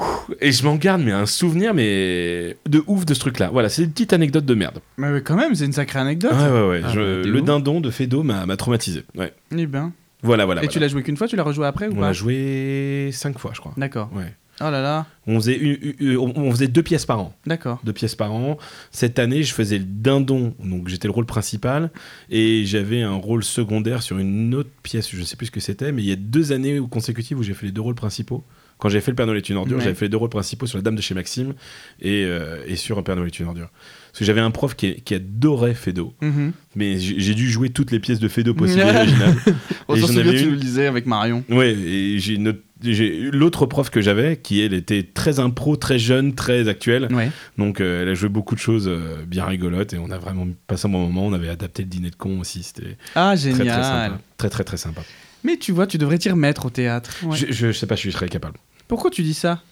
Speaker 2: Ouh, Et je m'en garde, mais un souvenir, mais de ouf de ce truc-là. Voilà, c'est une petite anecdote de merde.
Speaker 3: Mais ouais, quand même, c'est une sacrée anecdote
Speaker 2: Ouais, ouais, ouais.
Speaker 4: Ah,
Speaker 2: Je-
Speaker 4: bah, de
Speaker 2: le
Speaker 4: ouf.
Speaker 2: dindon de Fedo m'a m'a traumatisé. Ouais.
Speaker 3: Eh ben.
Speaker 2: Voilà, voilà.
Speaker 3: Et tu l'as joué qu'une fois, tu l'as rejoué après ou
Speaker 2: voilà. On
Speaker 3: pas
Speaker 2: l'a joué cinq fois, je crois.
Speaker 3: D'accord.
Speaker 2: Ouais.
Speaker 3: Oh là là,
Speaker 2: On faisait, une- une- une- on- on faisait deux pièces par an.
Speaker 3: d'accord.
Speaker 2: Deux pièces par an. Cette année, je faisais le dindon, donc j'étais le rôle principal, et j'avais un rôle secondaire sur une autre pièce, je sais plus ce que c'était, mais il y a deux années consécutives où j'ai fait les deux rôles principaux. Quand j'avais fait le Père Noël est une ordure,
Speaker 3: Ouais.
Speaker 2: j'avais fait les deux rôles principaux sur la Dame de chez Maxime et, euh, et sur un Père Noël est une ordure. Parce que j'avais un prof qui, qui adorait Fedo,
Speaker 3: Mhm.
Speaker 2: mais j'ai j'ai dû jouer toutes les pièces de Fedo possibles et imaginables.
Speaker 3: On
Speaker 2: Et
Speaker 3: s'en
Speaker 2: j'en
Speaker 3: souvient,
Speaker 2: avais
Speaker 3: tu
Speaker 2: une-
Speaker 3: nous le disais avec Marion.
Speaker 2: Ouais, et j'ai une autre- j'ai eu l'autre prof que j'avais, qui elle était très impro, très jeune, très actuelle.
Speaker 3: Ouais.
Speaker 2: Donc euh, elle a joué beaucoup de choses euh, bien rigolotes et on a vraiment passé un bon moment. On avait adapté le dîner de con aussi, c'était
Speaker 3: Ah,
Speaker 2: très
Speaker 3: génial.
Speaker 2: très sympa. Très très très sympa.
Speaker 3: Mais tu vois, tu devrais t'y remettre au théâtre. Ouais.
Speaker 2: Je, je- je sais pas, je serais capable.
Speaker 3: Pourquoi tu dis ça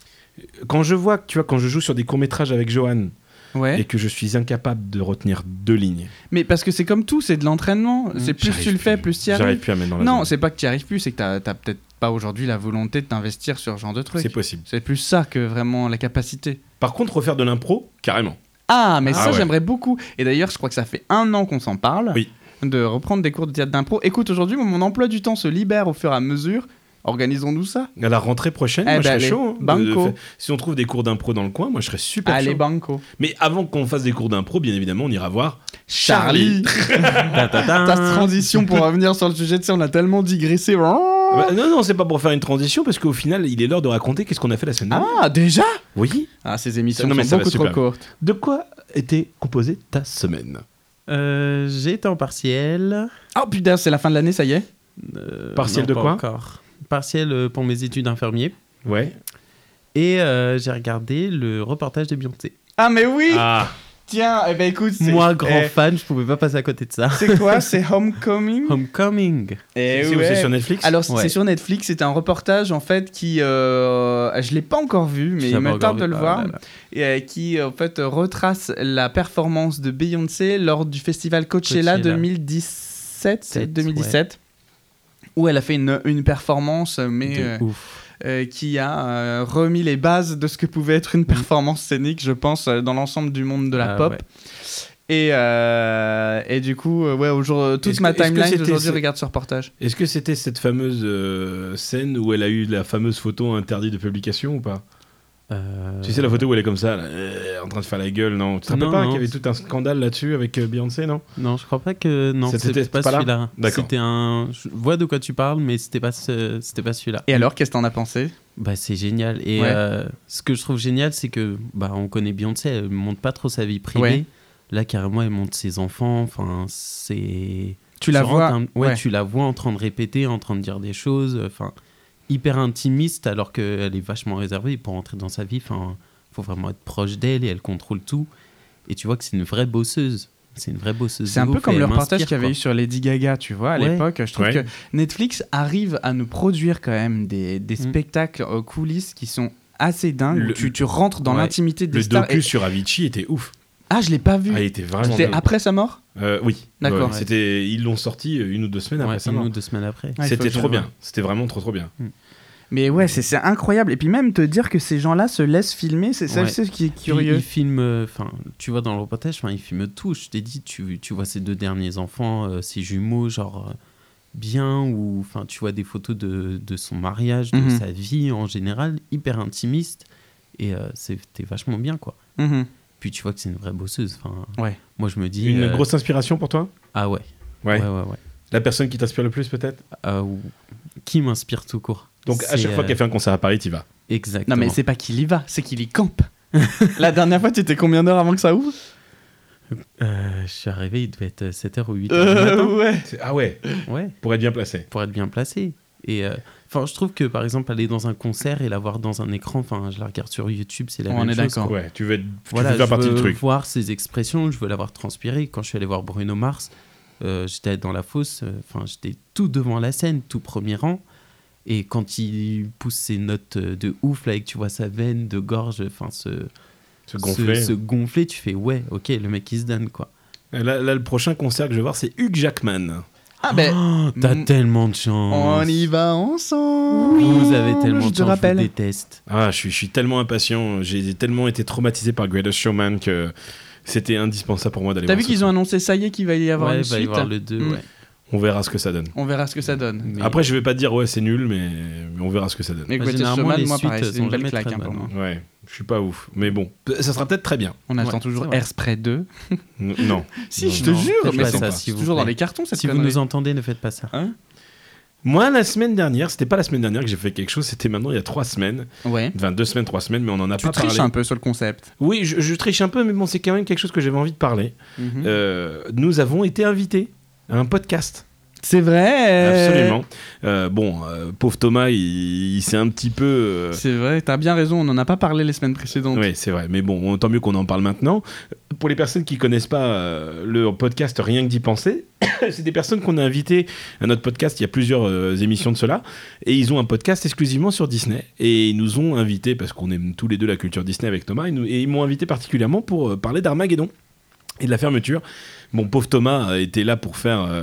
Speaker 2: Quand je vois, que, tu vois, quand je joue sur des courts métrages avec Johan
Speaker 3: Ouais.
Speaker 2: et que je suis incapable de retenir deux lignes,
Speaker 3: Mais parce que c'est comme tout, c'est de l'entraînement. C'est plus
Speaker 2: Hmm. j'arrive
Speaker 3: tu le fais, plus tu y
Speaker 2: j'arrive
Speaker 3: arrives.
Speaker 2: plus à mettre dans la
Speaker 3: Non,
Speaker 2: zone.
Speaker 3: c'est pas que tu y arrives plus, c'est que t'as t'as peut-être pas aujourd'hui la volonté de t'investir sur ce genre de
Speaker 2: c'est
Speaker 3: truc.
Speaker 2: possible.
Speaker 3: C'est plus ça que vraiment la capacité.
Speaker 2: Par contre, refaire de l'impro, carrément.
Speaker 3: Ah, mais
Speaker 2: Ah
Speaker 3: ça,
Speaker 2: ouais.
Speaker 3: j'aimerais beaucoup. Et d'ailleurs, je crois que ça fait un an qu'on s'en parle.
Speaker 2: Oui.
Speaker 3: De reprendre des cours de théâtre d'impro. Écoute, aujourd'hui, mon emploi du temps se libère au fur et à mesure. Organisons-nous ça.
Speaker 2: À la rentrée prochaine,
Speaker 3: Eh
Speaker 2: moi,
Speaker 3: ben,
Speaker 2: je serais
Speaker 3: allez,
Speaker 2: chaud. hein, de- de
Speaker 3: banco.
Speaker 2: faire- si on trouve des cours d'impro dans le coin, moi je serais super
Speaker 3: Allez,
Speaker 2: chaud.
Speaker 3: banco.
Speaker 2: Mais avant qu'on fasse des cours d'impro, bien évidemment, on ira voir.
Speaker 3: Charlie Ta transition pour revenir sur le sujet, tu sais, on a tellement digressé.
Speaker 2: Ah bah, non, non, c'est pas pour faire une transition, parce qu'au final, il est l'heure de raconter qu'est-ce qu'on a fait la semaine dernière.
Speaker 3: Ah, déjà
Speaker 2: Oui.
Speaker 3: Ah, ces émissions
Speaker 2: Non, mais ça
Speaker 3: sont
Speaker 2: va
Speaker 3: beaucoup trop
Speaker 2: super.
Speaker 3: courtes.
Speaker 2: De quoi était composée ta semaine
Speaker 4: Euh, J'ai été en partiel.
Speaker 3: Oh putain, c'est la fin de l'année, ça y est
Speaker 4: Euh,
Speaker 2: Partiel
Speaker 4: non,
Speaker 2: de
Speaker 4: pas
Speaker 2: quoi
Speaker 4: encore. Partiel euh, pour mes études d'infirmier.
Speaker 2: Ouais.
Speaker 4: Et euh, j'ai regardé le reportage de Beyoncé.
Speaker 3: Ah, mais oui
Speaker 2: Ah,
Speaker 3: Tiens, eh ben écoute, c'est-
Speaker 4: Moi, grand
Speaker 3: eh,
Speaker 4: fan, je pouvais pas passer à côté de ça.
Speaker 3: C'est quoi C'est Homecoming
Speaker 4: Homecoming.
Speaker 3: Eh
Speaker 2: si vous
Speaker 3: ouais.
Speaker 2: êtes sur Netflix
Speaker 3: Alors, c'est
Speaker 4: Ouais.
Speaker 3: sur Netflix, c'était un reportage en fait qui. euh, je l'ai pas encore vu, mais
Speaker 4: J'ai
Speaker 3: il
Speaker 4: pas
Speaker 3: me
Speaker 4: encore
Speaker 3: tarde
Speaker 4: vu.
Speaker 3: de le
Speaker 4: Ah
Speaker 3: voir.
Speaker 4: là là.
Speaker 3: Et, euh, qui en fait retrace la performance de Beyoncé lors du festival Coachella,
Speaker 4: Coachella.
Speaker 3: 2017.
Speaker 4: Sept,
Speaker 3: 2017 Où elle a fait une, une performance, mais
Speaker 4: De
Speaker 3: euh,
Speaker 4: ouf.
Speaker 3: euh, qui a euh, remis les bases de ce que pouvait être une performance scénique, je pense, euh, dans l'ensemble du monde de la
Speaker 4: Ah
Speaker 3: pop.
Speaker 4: ouais.
Speaker 3: Et, euh, et du coup, euh, ouais, au jour- euh, toute
Speaker 2: Est-ce
Speaker 3: ma
Speaker 2: que- est-ce que
Speaker 3: timeline
Speaker 2: c'était-
Speaker 3: d'aujourd'hui
Speaker 2: c'est-
Speaker 3: regarde ce reportage.
Speaker 2: Est-ce que c'était cette fameuse euh, scène où elle a eu la fameuse photo interdite de publication ou pas
Speaker 4: Euh,
Speaker 2: Tu sais la photo où elle est comme ça, là, euh, en train de faire la gueule, non Tu te rappelles
Speaker 4: Non,
Speaker 2: pas
Speaker 4: non.
Speaker 2: qu'il y avait tout un scandale là-dessus avec euh, Beyoncé, non
Speaker 4: Non, je crois pas que. Non,
Speaker 2: C'était
Speaker 4: c'était pas,
Speaker 2: pas là
Speaker 4: celui-là.
Speaker 2: D'accord.
Speaker 4: C'était un. Je vois de quoi tu parles, mais c'était pas, ce... c'était pas celui-là.
Speaker 3: Et alors, qu'est-ce que t'en as pensé
Speaker 4: Bah, c'est génial. Et
Speaker 3: Ouais.
Speaker 4: euh, ce que je trouve génial, c'est que bah, on connaît Beyoncé, elle monte pas trop sa vie privée.
Speaker 3: Ouais.
Speaker 4: Là, carrément, elle monte ses enfants. Enfin, c'est.
Speaker 3: Tu la
Speaker 4: rentres
Speaker 3: vois
Speaker 4: un- ouais,
Speaker 3: ouais.
Speaker 4: tu la vois en train de répéter, en train de dire des choses. Enfin, hyper intimiste, alors qu'elle est vachement réservée pour entrer dans sa vie. Enfin, faut vraiment être proche d'elle et elle contrôle tout. Et tu vois que c'est une vraie bosseuse. C'est une vraie bosseuse.
Speaker 3: C'est un
Speaker 4: de
Speaker 3: peu
Speaker 4: ouf,
Speaker 3: comme
Speaker 4: et
Speaker 3: le
Speaker 4: elle
Speaker 3: reportage
Speaker 4: m'inspire,
Speaker 3: qu'il y avait
Speaker 4: quoi.
Speaker 3: eu sur Lady Gaga, tu vois, à
Speaker 4: Ouais.
Speaker 3: l'époque. Je trouve
Speaker 2: Ouais.
Speaker 3: que Netflix arrive à nous produire quand même des, des
Speaker 4: Mm.
Speaker 3: spectacles aux coulisses qui sont assez dingues. où
Speaker 2: Le-
Speaker 3: tu, tu rentres dans
Speaker 4: Ouais.
Speaker 3: l'intimité des
Speaker 2: Le
Speaker 3: stars.
Speaker 2: docu
Speaker 3: et-
Speaker 2: sur Avicii était ouf.
Speaker 3: Ah, je l'ai pas
Speaker 4: Mm.
Speaker 3: vu.
Speaker 2: Ah, il était vraiment.
Speaker 3: C'était
Speaker 2: dingue.
Speaker 3: après sa mort
Speaker 2: Euh, oui.
Speaker 3: D'accord.
Speaker 2: Ouais, C'était, ils l'ont sorti euh, une ou deux semaines
Speaker 4: Ouais,
Speaker 2: après ça.
Speaker 4: une ou deux semaines après.
Speaker 3: Ouais, il faut que
Speaker 2: C'était
Speaker 3: je
Speaker 2: trop
Speaker 3: le voie.
Speaker 2: bien. C'était vraiment trop trop bien.
Speaker 3: Mais ouais, c'est- c'est incroyable. Et puis même te dire que ces gens-là se laissent filmer, c'est ça
Speaker 4: Ouais.
Speaker 3: c'est ce qui est
Speaker 4: Puis,
Speaker 3: curieux.
Speaker 4: il filme, euh, enfin, tu vois dans le reportage, enfin, il filme tout. Je t'ai dit, tu, tu vois ses deux derniers enfants, euh, ses jumeaux, genre euh, bien, ou enfin, tu vois des photos de, de son mariage, de
Speaker 3: Mhm.
Speaker 4: sa vie en général, hyper intimiste. Et euh, c'était vachement bien, quoi.
Speaker 3: Mhm.
Speaker 4: Puis tu vois que c'est une vraie bosseuse. Enfin,
Speaker 3: Ouais.
Speaker 4: Moi, je me dis.
Speaker 2: Une
Speaker 4: euh,
Speaker 2: grosse inspiration pour toi
Speaker 4: Ah ouais.
Speaker 2: Ouais.
Speaker 4: Ouais, ouais, ouais.
Speaker 2: La personne qui t'inspire le plus peut-être
Speaker 4: Euh, ou- qui m'inspire tout court.
Speaker 2: Donc à
Speaker 4: C'est,
Speaker 2: chaque fois
Speaker 4: euh,
Speaker 2: qu'elle fait un concert à Paris, t'y vas.
Speaker 4: Exactement.
Speaker 3: Non, mais c'est pas qu'il y va, c'est qu'il y campe. La dernière fois, tu étais combien d'heures avant que ça ouvre
Speaker 4: Euh, je suis arrivé, il devait être 7h ou 8h.
Speaker 3: Euh, Ouais.
Speaker 2: Ah ouais.
Speaker 4: Ouais.
Speaker 2: Pour être bien placé.
Speaker 4: pour être bien placé. Et euh, enfin, je trouve que par exemple aller dans un concert et la voir dans un écran, enfin, je la regarde sur YouTube, c'est la
Speaker 3: On
Speaker 4: même
Speaker 3: est
Speaker 4: chose.
Speaker 3: d'accord.
Speaker 4: quoi.
Speaker 2: Ouais. Tu veux, être- tu
Speaker 4: Voilà,
Speaker 2: veux faire partie
Speaker 4: je
Speaker 2: du
Speaker 4: veux
Speaker 2: truc.
Speaker 4: voir ses expressions, je veux la voir transpirer. Quand je suis allé voir Bruno Mars, euh, j'étais dans la fosse, euh, enfin, j'étais tout devant la scène, tout premier rang. Et quand il pousse ses notes euh, de ouf, là, et que tu vois sa veine de gorge, enfin, se,
Speaker 2: Se gonfler.
Speaker 4: se- se gonfler, tu fais ouais, ok, le mec il se donne quoi.
Speaker 2: Là, là, le prochain concert que je vais voir, c'est Hugh Jackman.
Speaker 3: Ah, ben,
Speaker 4: Oh, t'as
Speaker 3: mm,
Speaker 4: tellement de chance.
Speaker 3: on y va ensemble.
Speaker 4: Oh, Vous avez tellement
Speaker 3: je
Speaker 4: de
Speaker 3: te
Speaker 4: chance, je vous
Speaker 3: rappelle.
Speaker 4: déteste.
Speaker 2: Ah, je suis, je suis tellement impatient. J'ai tellement été traumatisé par Greatest Showman que c'était indispensable pour moi d'aller
Speaker 3: T'as
Speaker 2: voir.
Speaker 3: vu
Speaker 2: ce
Speaker 3: qu'ils
Speaker 2: truc.
Speaker 3: ont annoncé ça y est qu'il va y avoir
Speaker 4: ouais,
Speaker 3: une
Speaker 4: va y
Speaker 3: suite.
Speaker 4: avoir Hmm. le Mm. 2,
Speaker 3: Mm.
Speaker 4: ouais.
Speaker 2: On verra ce que ça donne.
Speaker 3: On verra ce que ça donne.
Speaker 4: Mais-
Speaker 2: Après, je vais pas dire ouais, c'est nul, mais, mais on verra ce que ça donne.
Speaker 3: Mais
Speaker 4: Bah,
Speaker 3: Greatest
Speaker 4: généralement,
Speaker 3: Showman,
Speaker 4: les
Speaker 3: moi,
Speaker 4: suites,
Speaker 3: pareil,
Speaker 4: elles
Speaker 3: c'est une
Speaker 4: sont
Speaker 3: belle
Speaker 4: jamais
Speaker 3: claque
Speaker 4: très
Speaker 3: hein, pour
Speaker 4: bonnes,
Speaker 3: moi.
Speaker 4: hein.
Speaker 2: Ouais, je suis pas ouf. Mais bon,
Speaker 3: Bah,
Speaker 2: ça sera peut-être très bien.
Speaker 3: On attend
Speaker 4: Ouais, c'est
Speaker 3: toujours
Speaker 4: vrai.
Speaker 3: Airspray 2.
Speaker 2: N- Non.
Speaker 3: Si,
Speaker 2: Non,
Speaker 3: je te
Speaker 4: non,
Speaker 3: jure,
Speaker 4: faites
Speaker 3: mais
Speaker 4: pas
Speaker 3: c'est
Speaker 4: ça,
Speaker 3: pas-
Speaker 4: s'il
Speaker 3: c'est
Speaker 4: vous
Speaker 3: toujours dans
Speaker 4: plaît.
Speaker 3: les cartons cette
Speaker 4: Si vous
Speaker 3: connerie.
Speaker 4: nous entendez, ne faites pas ça.
Speaker 2: Moi, la semaine dernière, c'était pas la semaine dernière que j'ai fait quelque chose, c'était maintenant il y a trois semaines,
Speaker 3: Ouais. Ah,
Speaker 2: enfin deux semaines, trois semaines, mais on en a
Speaker 3: Tu
Speaker 2: pas
Speaker 3: triches
Speaker 2: parlé.
Speaker 3: un peu sur le concept.
Speaker 2: Oui, je, je triche un peu, mais bon, c'est quand même quelque chose que j'avais envie de parler.
Speaker 3: Mmh. Mhm.
Speaker 2: Euh, nous avons été invités à un podcast.
Speaker 3: C'est vrai.
Speaker 2: Absolument. Euh, bon, euh, pauvre Thomas, il, il s'est un petit peu. euh,
Speaker 3: C'est vrai, t'as bien raison, on en a pas parlé les semaines précédentes.
Speaker 2: Oui, c'est vrai. Mais bon, tant mieux qu'on en parle maintenant. Pour les personnes qui connaissent pas euh, le podcast Rien que d'y penser, c'est des personnes qu'on a invitées à notre podcast. Il y a plusieurs euh, émissions de cela. Et ils ont un podcast exclusivement sur Disney. Et ils nous ont invités, parce qu'on aime tous les deux la culture Disney avec Thomas, et, nous- et ils m'ont invité particulièrement pour euh, parler d'Armageddon et de la fermeture. Bon, pauvre Thomas était là pour faire... euh,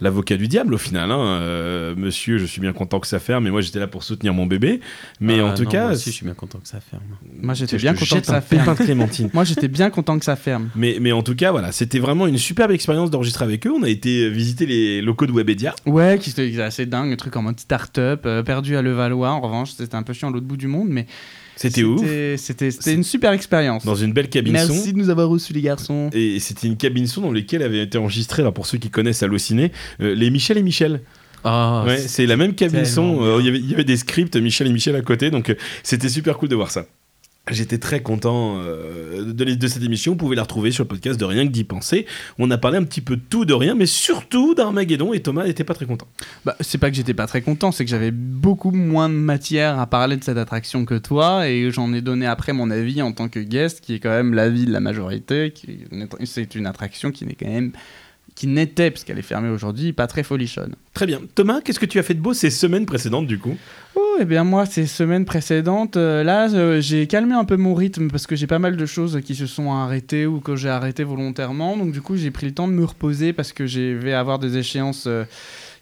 Speaker 2: L'avocat du diable au final, hein. Euh, monsieur, je suis bien content que ça ferme, mais moi j'étais là pour soutenir mon bébé. Mais
Speaker 4: Ah,
Speaker 2: en tout
Speaker 4: non,
Speaker 2: cas,
Speaker 4: moi aussi, je suis bien content que ça ferme.
Speaker 3: Moi j'étais
Speaker 2: je
Speaker 3: bien
Speaker 2: te
Speaker 3: content
Speaker 2: jette
Speaker 3: que ça
Speaker 2: un pépin
Speaker 3: ferme.
Speaker 2: de clémentine.
Speaker 3: Moi j'étais bien content que ça ferme.
Speaker 2: Mais, mais en tout cas, voilà, c'était vraiment une superbe expérience d'enregistrer avec eux. On a été visiter les locaux de Webedia.
Speaker 3: Ouais, qui c'était assez dingue, un truc en mode start-up, euh, perdu à Levallois. En revanche, c'était un peu chiant à l'autre bout du monde, mais
Speaker 2: C'était ouf,
Speaker 3: C'était c'était
Speaker 2: C'est-
Speaker 3: une super expérience.
Speaker 2: dans une
Speaker 3: Eh
Speaker 2: belle cabine son.
Speaker 3: Merci de nous avoir reçus les garçons.
Speaker 2: Et c'était une cabine son dans laquelle avait été enregistrée, alors pour ceux qui connaissent Allociné, euh, les Michel et Michel.
Speaker 4: Ah,
Speaker 2: ouais, c'est la même cabine
Speaker 4: tellement
Speaker 2: son. euh, Il y, avait, il y avait des scripts Michel et Michel à côté, donc euh, c'était super cool de voir ça. J'étais très content euh, de, les- de cette émission. Vous pouvez la retrouver sur le podcast de Rien que d'y penser. On a parlé un petit peu de tout de rien, mais surtout d'Armageddon. Et Thomas n'était pas très content.
Speaker 3: Bah, c'est pas que j'étais pas très content, c'est que j'avais beaucoup moins de matière à parler de cette attraction que toi, et j'en ai donné après mon avis en tant que guest, qui est quand même l'avis de la majorité. qui- C'est une attraction qui n'est quand même qui n'était, puisqu'elle est fermée aujourd'hui, pas très folichonne.
Speaker 2: Très bien. Thomas, qu'est-ce que tu as fait de beau ces semaines précédentes du coup
Speaker 3: Oh, et bien moi, ces semaines précédentes, euh, là, euh, j'ai calmé un peu mon rythme parce que j'ai pas mal de choses qui se sont arrêtées ou que j'ai arrêté volontairement. Donc du coup, j'ai pris le temps de me reposer parce que j'ai- je vais avoir des échéances euh,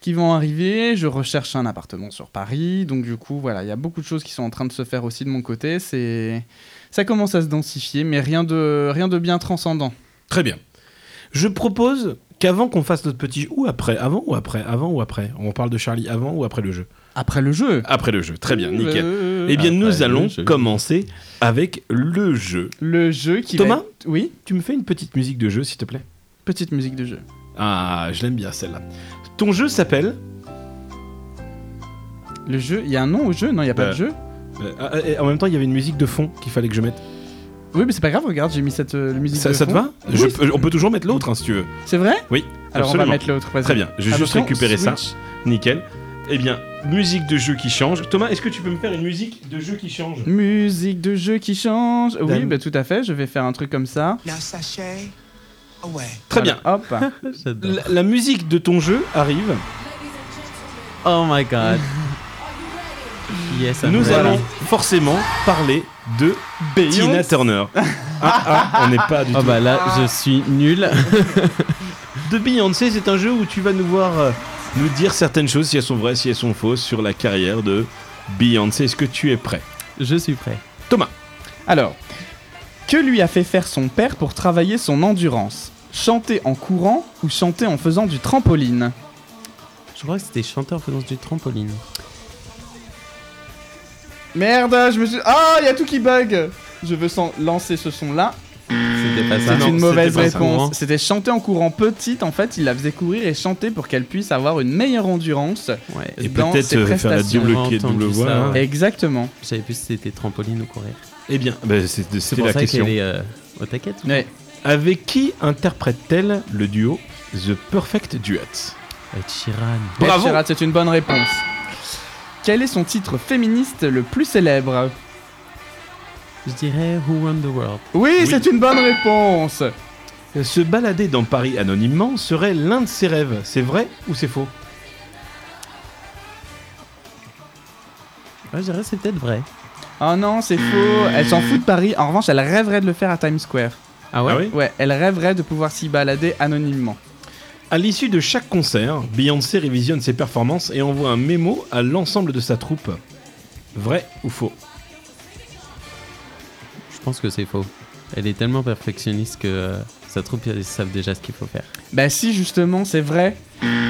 Speaker 3: qui vont arriver. Je recherche un appartement sur Paris. Donc du coup, voilà, il y a beaucoup de choses qui sont en train de se faire aussi de mon côté. C'est ça commence à se densifier, mais rien de rien de bien transcendant.
Speaker 2: Très bien. Je propose qu'avant qu'on fasse notre petit jeu, ou après, avant ou après, avant ou après, on parle de Charlie avant ou après le jeu
Speaker 3: Après le jeu.
Speaker 2: Après le jeu, très bien, nickel.
Speaker 3: Euh,
Speaker 2: Eh bien,
Speaker 4: Après
Speaker 2: nous
Speaker 4: le
Speaker 2: allons
Speaker 4: jeu.
Speaker 2: commencer avec le jeu.
Speaker 3: le jeu qui va
Speaker 2: Thomas
Speaker 3: être- Oui.
Speaker 2: Tu me fais une petite musique de jeu, s'il te plaît
Speaker 3: Petite musique de jeu.
Speaker 2: Ah, je l'aime bien celle-là. Ton jeu s'appelle.
Speaker 3: Le jeu, il y a un nom au jeu Non, il y a pas
Speaker 2: Euh,
Speaker 3: de jeu.
Speaker 2: Euh, ah, et en même temps, il y avait une musique de fond qu'il fallait que je mette.
Speaker 3: Oui, mais c'est pas grave, regarde, j'ai mis cette euh, musique.
Speaker 2: Ça,
Speaker 3: de
Speaker 2: ça te
Speaker 3: fond.
Speaker 2: va
Speaker 3: Oui,
Speaker 2: Je
Speaker 3: c'est-
Speaker 2: peux- On peut toujours mettre l'autre, hein, si tu veux.
Speaker 3: C'est vrai
Speaker 2: Oui,
Speaker 3: Alors on
Speaker 2: absolument.
Speaker 3: va mettre l'autre. vas-y.
Speaker 2: Très bien, je vais juste
Speaker 3: Attention,
Speaker 2: récupérer ça.
Speaker 3: switch.
Speaker 2: Nickel. Eh bien, musique de jeu qui change. Thomas, est-ce que tu peux me faire une musique de jeu qui change
Speaker 3: Musique de jeu qui change. Oui,
Speaker 2: Dan.
Speaker 3: bah tout à fait, je vais faire un truc comme ça.
Speaker 1: Now sachet away.
Speaker 2: Très
Speaker 3: Voilà,
Speaker 2: bien.
Speaker 3: Hop.
Speaker 4: J'adore.
Speaker 2: La, la musique de ton jeu arrive.
Speaker 4: Oh my god. yes, I'm
Speaker 2: Nous
Speaker 4: ready.
Speaker 2: allons forcément parler de
Speaker 3: Beyoncé.
Speaker 2: Tina Turner. Ah, ah, on n'est pas du
Speaker 4: Oh
Speaker 2: tout.
Speaker 4: bah là, je suis nul.
Speaker 2: De Beyoncé, c'est un jeu où tu vas nous voir euh, nous dire certaines choses, si elles sont vraies, si elles sont fausses, sur la carrière de Beyoncé. Est-ce que tu es prêt
Speaker 4: je suis prêt.
Speaker 2: Thomas,
Speaker 3: Alors, que lui a fait faire son père pour travailler son endurance Chanter en courant ou chanter en faisant du trampoline
Speaker 4: Je crois que c'était chanteur faisant du trampoline.
Speaker 3: Merde, je me suis. Ah, il y a tout qui bug Je veux sans- lancer ce son là.
Speaker 4: C'était pas ça.
Speaker 3: C'est
Speaker 2: Ah non,
Speaker 3: une mauvaise
Speaker 2: c'était pas ça.
Speaker 3: réponse. C'était chanter en courant petite, en fait, il la faisait courir et chanter pour qu'elle puisse avoir une meilleure endurance.
Speaker 4: Ouais.
Speaker 2: et
Speaker 3: Dans
Speaker 2: peut-être
Speaker 3: ses
Speaker 2: euh, faire la
Speaker 3: prestations,
Speaker 2: double,
Speaker 4: on a
Speaker 2: quai- double
Speaker 4: entendu
Speaker 2: voix.
Speaker 4: ça,
Speaker 2: hein.
Speaker 4: ouais.
Speaker 3: Exactement.
Speaker 4: Je savais plus si c'était trampoline ou courir.
Speaker 2: Eh bien, bah, c'est-
Speaker 4: C'est
Speaker 2: c'était
Speaker 4: pour
Speaker 2: la
Speaker 4: ça
Speaker 2: question.
Speaker 4: qu'elle est euh, au taquet. tout.
Speaker 3: Ouais.
Speaker 2: Avec qui interprète-t-elle le duo The Perfect Duet
Speaker 4: Ed Sheeran.
Speaker 3: Ed
Speaker 2: Bravo.
Speaker 3: Sheeran, c'est une bonne réponse. Quel est son titre féministe le plus célèbre
Speaker 4: Je dirais Who Run the World.
Speaker 3: oui,
Speaker 2: Oui.
Speaker 3: c'est une bonne réponse.
Speaker 2: Se balader dans Paris anonymement serait l'un de ses rêves. C'est vrai ou c'est faux
Speaker 4: Ouais, je dirais c'est peut-être vrai.
Speaker 3: Oh non, c'est faux. Elle s'en fout de Paris. En revanche, elle rêverait de le faire à Times Square.
Speaker 4: Ah ouais,
Speaker 2: Ah oui
Speaker 3: Ouais, elle rêverait de pouvoir s'y balader anonymement.
Speaker 2: À l'issue de chaque concert, Beyoncé révisionne ses performances et envoie un mémo à l'ensemble de sa troupe. Vrai ou faux
Speaker 4: Je pense que c'est faux. Elle est tellement perfectionniste que euh, sa troupe ils savent déjà ce qu'il faut faire.
Speaker 3: Bah si, justement, c'est vrai.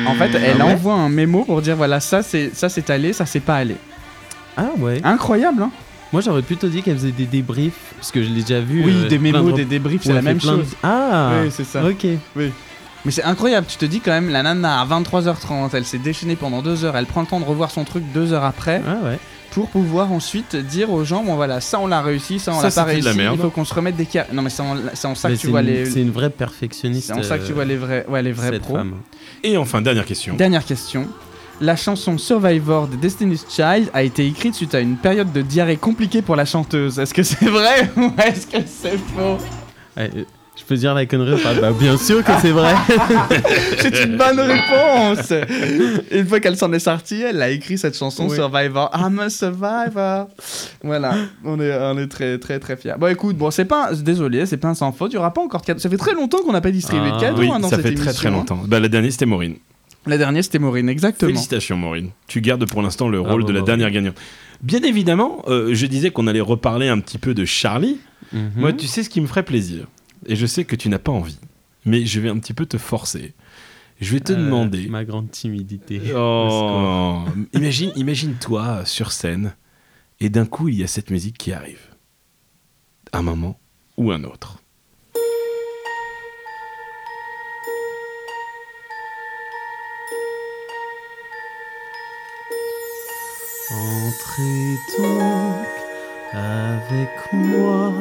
Speaker 3: En fait, elle
Speaker 4: ouais
Speaker 3: envoie un mémo pour dire voilà, ça c'est ça c'est allé, ça c'est pas allé.
Speaker 4: Ah ouais.
Speaker 3: Incroyable, hein
Speaker 4: Moi j'aurais plutôt dit qu'elle faisait des débriefs parce que je l'ai déjà vu. euh, plein de rep-
Speaker 3: débriefs,
Speaker 4: où elle fait plein de- Ah.
Speaker 3: Oui, c'est ça.
Speaker 4: Ok.
Speaker 3: Mais c'est incroyable, tu te dis quand même, la nana à 23h30, elle s'est déchaînée pendant 2 heures, elle prend le temps de revoir son truc 2 heures après
Speaker 4: Ah ouais.
Speaker 3: pour pouvoir ensuite dire aux gens, bon voilà, ça on l'a réussi, ça on
Speaker 2: Ça,
Speaker 3: l'a pas
Speaker 2: c'était de la
Speaker 3: réussi,
Speaker 2: merde.
Speaker 3: il faut qu'on se remette des cas. Non mais c'est en, c'est en ça
Speaker 4: Mais
Speaker 3: que
Speaker 4: C'est
Speaker 3: tu vois
Speaker 4: une,
Speaker 3: les.
Speaker 4: c'est une vraie
Speaker 3: C'est
Speaker 4: perfectionniste.
Speaker 3: en ça que tu vois les vrais, ouais, les
Speaker 4: euh,
Speaker 3: vrais
Speaker 4: cette
Speaker 3: pros.
Speaker 4: femme.
Speaker 2: Et enfin, dernière question.
Speaker 3: Dernière question. La chanson Survivor de Destiny's Child a été écrite suite à une période de diarrhée compliquée pour la chanteuse. Est-ce que c'est vrai ou est-ce que c'est faux
Speaker 4: Ouais, euh, je peux dire la connerie ou pas Bah bien sûr que c'est vrai.
Speaker 3: C'est une bonne réponse. Une fois qu'elle s'en est sortie, elle a écrit cette chanson
Speaker 4: Oui.
Speaker 3: Survivor. I'm a survivor. Voilà, on est, on est très très très fiers. Bon écoute, bon c'est pas, désolé, c'est pas un sans faute. Il y aura pas encore de cadeaux. Ça fait très longtemps qu'on n'a pas distribué de
Speaker 4: Ah.
Speaker 3: cadeaux
Speaker 2: Oui,
Speaker 3: hein, dans
Speaker 2: ça
Speaker 3: cette
Speaker 2: fait très très
Speaker 3: émission, hein.
Speaker 2: longtemps. Bah, la dernière, c'était Maureen.
Speaker 3: La dernière c'était Maureen, exactement.
Speaker 2: Félicitations, Maureen. Tu gardes pour l'instant le
Speaker 4: Bravo,
Speaker 2: rôle de la
Speaker 4: Maureen.
Speaker 2: dernière gagnante. Bien évidemment, euh, je disais qu'on allait reparler un petit peu de Charlie.
Speaker 4: Mhm.
Speaker 2: Moi, tu sais ce qui me ferait plaisir. Et je sais que tu n'as pas envie. Mais je vais un petit peu te forcer. Je vais te
Speaker 4: Euh,
Speaker 2: demander.
Speaker 4: Ma grande timidité.
Speaker 2: Oh. Imagine, imagine-toi sur scène et d'un coup il y a cette musique qui arrive. Un moment ou un autre.
Speaker 4: Entrez donc avec moi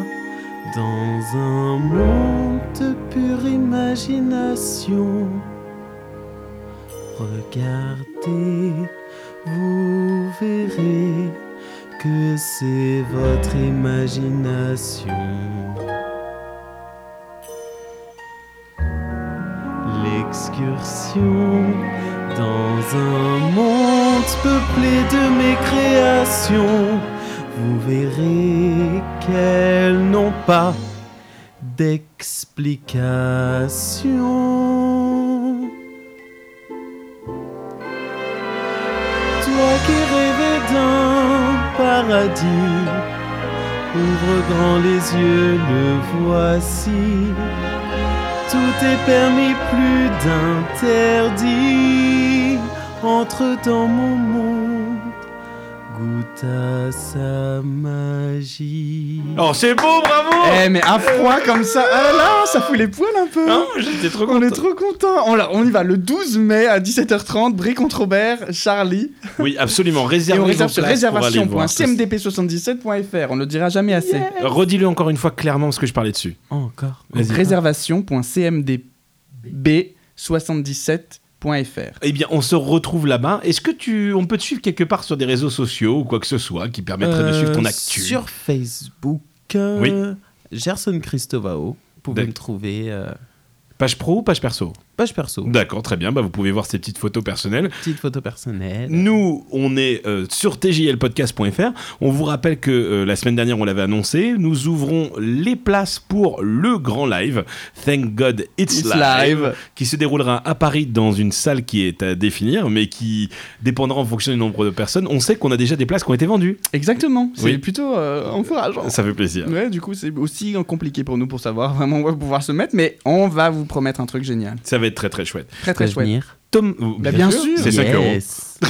Speaker 4: dans un monde de pure imagination. Regardez, vous verrez que c'est votre imagination. L'excursion dans un monde peuplé de mes créations. Vous verrez qu'elles n'ont pas d'explication. Toi qui rêvais d'un paradis, ouvre grand les yeux, le voici. Tout est permis, plus d'interdit. Entre dans mon monde, goûte à sa magie.
Speaker 2: Oh, c'est beau, bravo
Speaker 3: Eh, mais un froid comme ça, ah là là, ça fout les poils un peu.
Speaker 2: Hein J'étais trop
Speaker 3: on
Speaker 2: content.
Speaker 3: est trop content. On, l'a- on y va le 12 mai à 17h30. Brie contre Robert, Charlie.
Speaker 2: Oui, absolument.
Speaker 3: Et
Speaker 2: Réservez
Speaker 3: on réserve
Speaker 2: vos
Speaker 3: sur
Speaker 2: places pour aller voir.
Speaker 3: réservation.cmdp77.fr. On ne le dira jamais assez.
Speaker 2: Redis-le encore une fois clairement parce que je parlais dessus.
Speaker 4: Encore.
Speaker 2: Vas-y.
Speaker 3: Réservation.cmdb77.fr.
Speaker 2: Eh bien, on se retrouve là-bas. Est-ce que tu, on peut te suivre quelque part sur des réseaux sociaux ou quoi que ce soit qui permettrait de suivre ton
Speaker 4: Euh,
Speaker 2: actu
Speaker 4: Sur Facebook, euh, Gerson Christovao. Vous pouvez
Speaker 2: D'ac-
Speaker 4: me trouver. euh,
Speaker 2: Page pro ou page perso
Speaker 4: page perso.
Speaker 2: D'accord, très bien. Bah, vous pouvez voir ces petites photos personnelles.
Speaker 4: Petite photo personnelle.
Speaker 2: Nous, on est euh, sur tjlpodcast.fr. On vous rappelle que euh, la semaine dernière, on l'avait annoncé, nous ouvrons les places pour le grand live. Thank God it's,
Speaker 3: It's
Speaker 2: live,
Speaker 3: live.
Speaker 2: qui se déroulera à Paris dans une salle qui est à définir, mais qui dépendra en fonction du nombre de personnes. On sait qu'on a déjà des places qui ont été vendues.
Speaker 3: Exactement. C'est
Speaker 2: Oui.
Speaker 3: plutôt euh, encourageant.
Speaker 2: Ça fait plaisir.
Speaker 3: Ouais, du coup, c'est aussi compliqué pour nous pour savoir vraiment où on va pouvoir se mettre, mais on va vous promettre un truc génial.
Speaker 2: Ça va être très très chouette.
Speaker 3: Très très chouette.
Speaker 4: Prévenir.
Speaker 2: Tom,
Speaker 3: Bah, bien sûr.
Speaker 2: c'est 5 euros.
Speaker 4: Yes.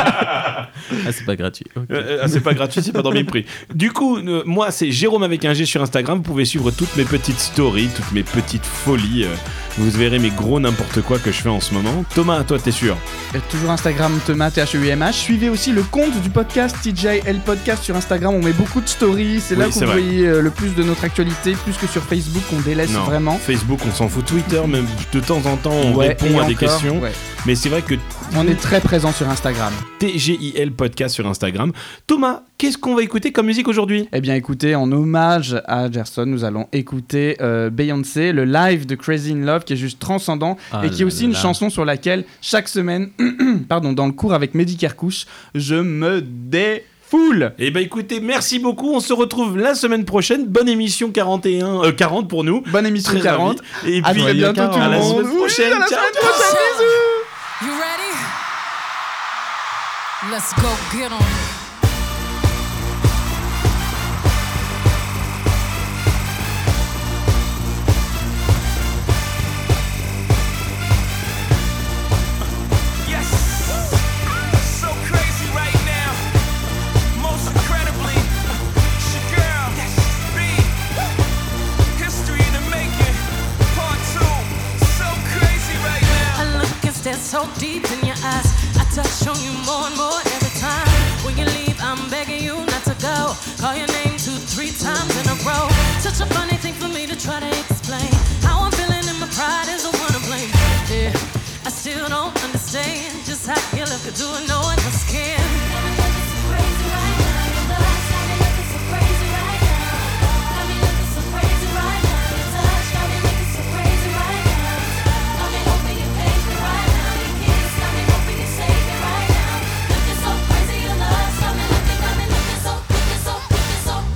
Speaker 4: ah, c'est pas gratuit. ok.
Speaker 2: Euh, euh, c'est pas gratuit, c'est pas dans mes prix. Du coup, euh, moi, c'est Jérôme avec un G sur Instagram. Vous pouvez suivre toutes mes petites stories, toutes mes petites folies. euh, vous verrez mes gros n'importe quoi que je fais en ce moment. Thomas, toi, t'es sûr
Speaker 3: Et toujours Instagram Thomas E THEUMH. Suivez aussi le compte du podcast TJL Podcast sur Instagram. On met beaucoup de stories. C'est là
Speaker 2: Oui,
Speaker 3: que
Speaker 2: c'est
Speaker 3: vous
Speaker 2: vrai.
Speaker 3: voyez euh, le plus de notre actualité, plus que sur Facebook qu'on délaisse
Speaker 2: Non.
Speaker 3: vraiment.
Speaker 2: Facebook, on s'en fout. Twitter, même de temps en temps, on
Speaker 3: Ouais,
Speaker 2: répond
Speaker 3: et
Speaker 2: à des
Speaker 3: encore,
Speaker 2: questions.
Speaker 3: ouais.
Speaker 2: Mais c'est vrai que
Speaker 3: On est très présent sur Instagram.
Speaker 2: TGIL Podcast sur Instagram. Thomas, qu'est-ce qu'on va écouter comme musique aujourd'hui
Speaker 3: Eh bien, écoutez, en hommage à Gerson, nous allons écouter euh, Beyoncé, le live de Crazy in Love, qui est juste transcendant
Speaker 4: Ah
Speaker 3: et qui est
Speaker 4: là
Speaker 3: aussi une
Speaker 4: là.
Speaker 3: chanson sur laquelle, chaque semaine, pardon, dans le cours avec Mehdi Kerkouche, je me défoule.
Speaker 2: Eh ben écoutez, merci beaucoup. On se retrouve la semaine prochaine. Bonne émission 41, euh, 40 pour nous.
Speaker 3: Bonne émission
Speaker 2: Très
Speaker 3: 40.
Speaker 2: ravi. Et
Speaker 3: À
Speaker 2: puis
Speaker 3: très bientôt tout
Speaker 2: à
Speaker 3: le
Speaker 2: la
Speaker 3: monde.
Speaker 2: semaine
Speaker 3: Oui,
Speaker 2: prochaine.
Speaker 3: à la
Speaker 2: Ciao,
Speaker 3: semaine
Speaker 2: ciao.
Speaker 3: prochaine. Bisous.
Speaker 5: You ready? Let's go get 'em.
Speaker 6: Yes. So crazy right now. Most incredibly, it's your girl. Yes. B. History in the making. Part two. So crazy right now.
Speaker 5: I look and stare so deep in your eyes. I touch on you more and more every time. When you leave, I'm begging you not to go. Call your name two, three times in a row. Such a funny thing for me to try to explain. How I'm feeling and my pride is the one to blame. Yeah, I still don't understand just how you look at doing no one else can.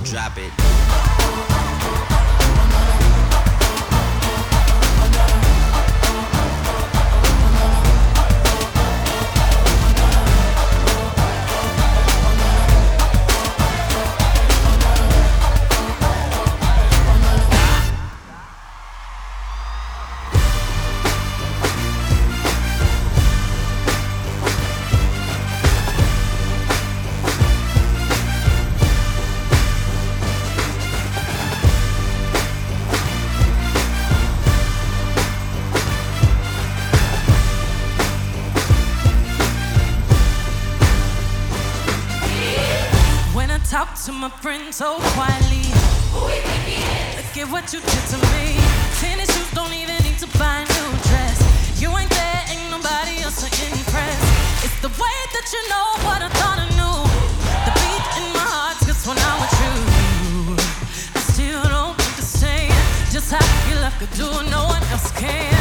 Speaker 6: Drop it.
Speaker 5: out to my friends so quietly. Look at what you did to me. Tennis shoes don't even need to buy a new dress. You ain't there, ain't nobody else to impress. It's the way that you know what I thought I knew. The beat in my heart, cause when I'm with you, I still don't think the same. Just how you love could do, no one else can.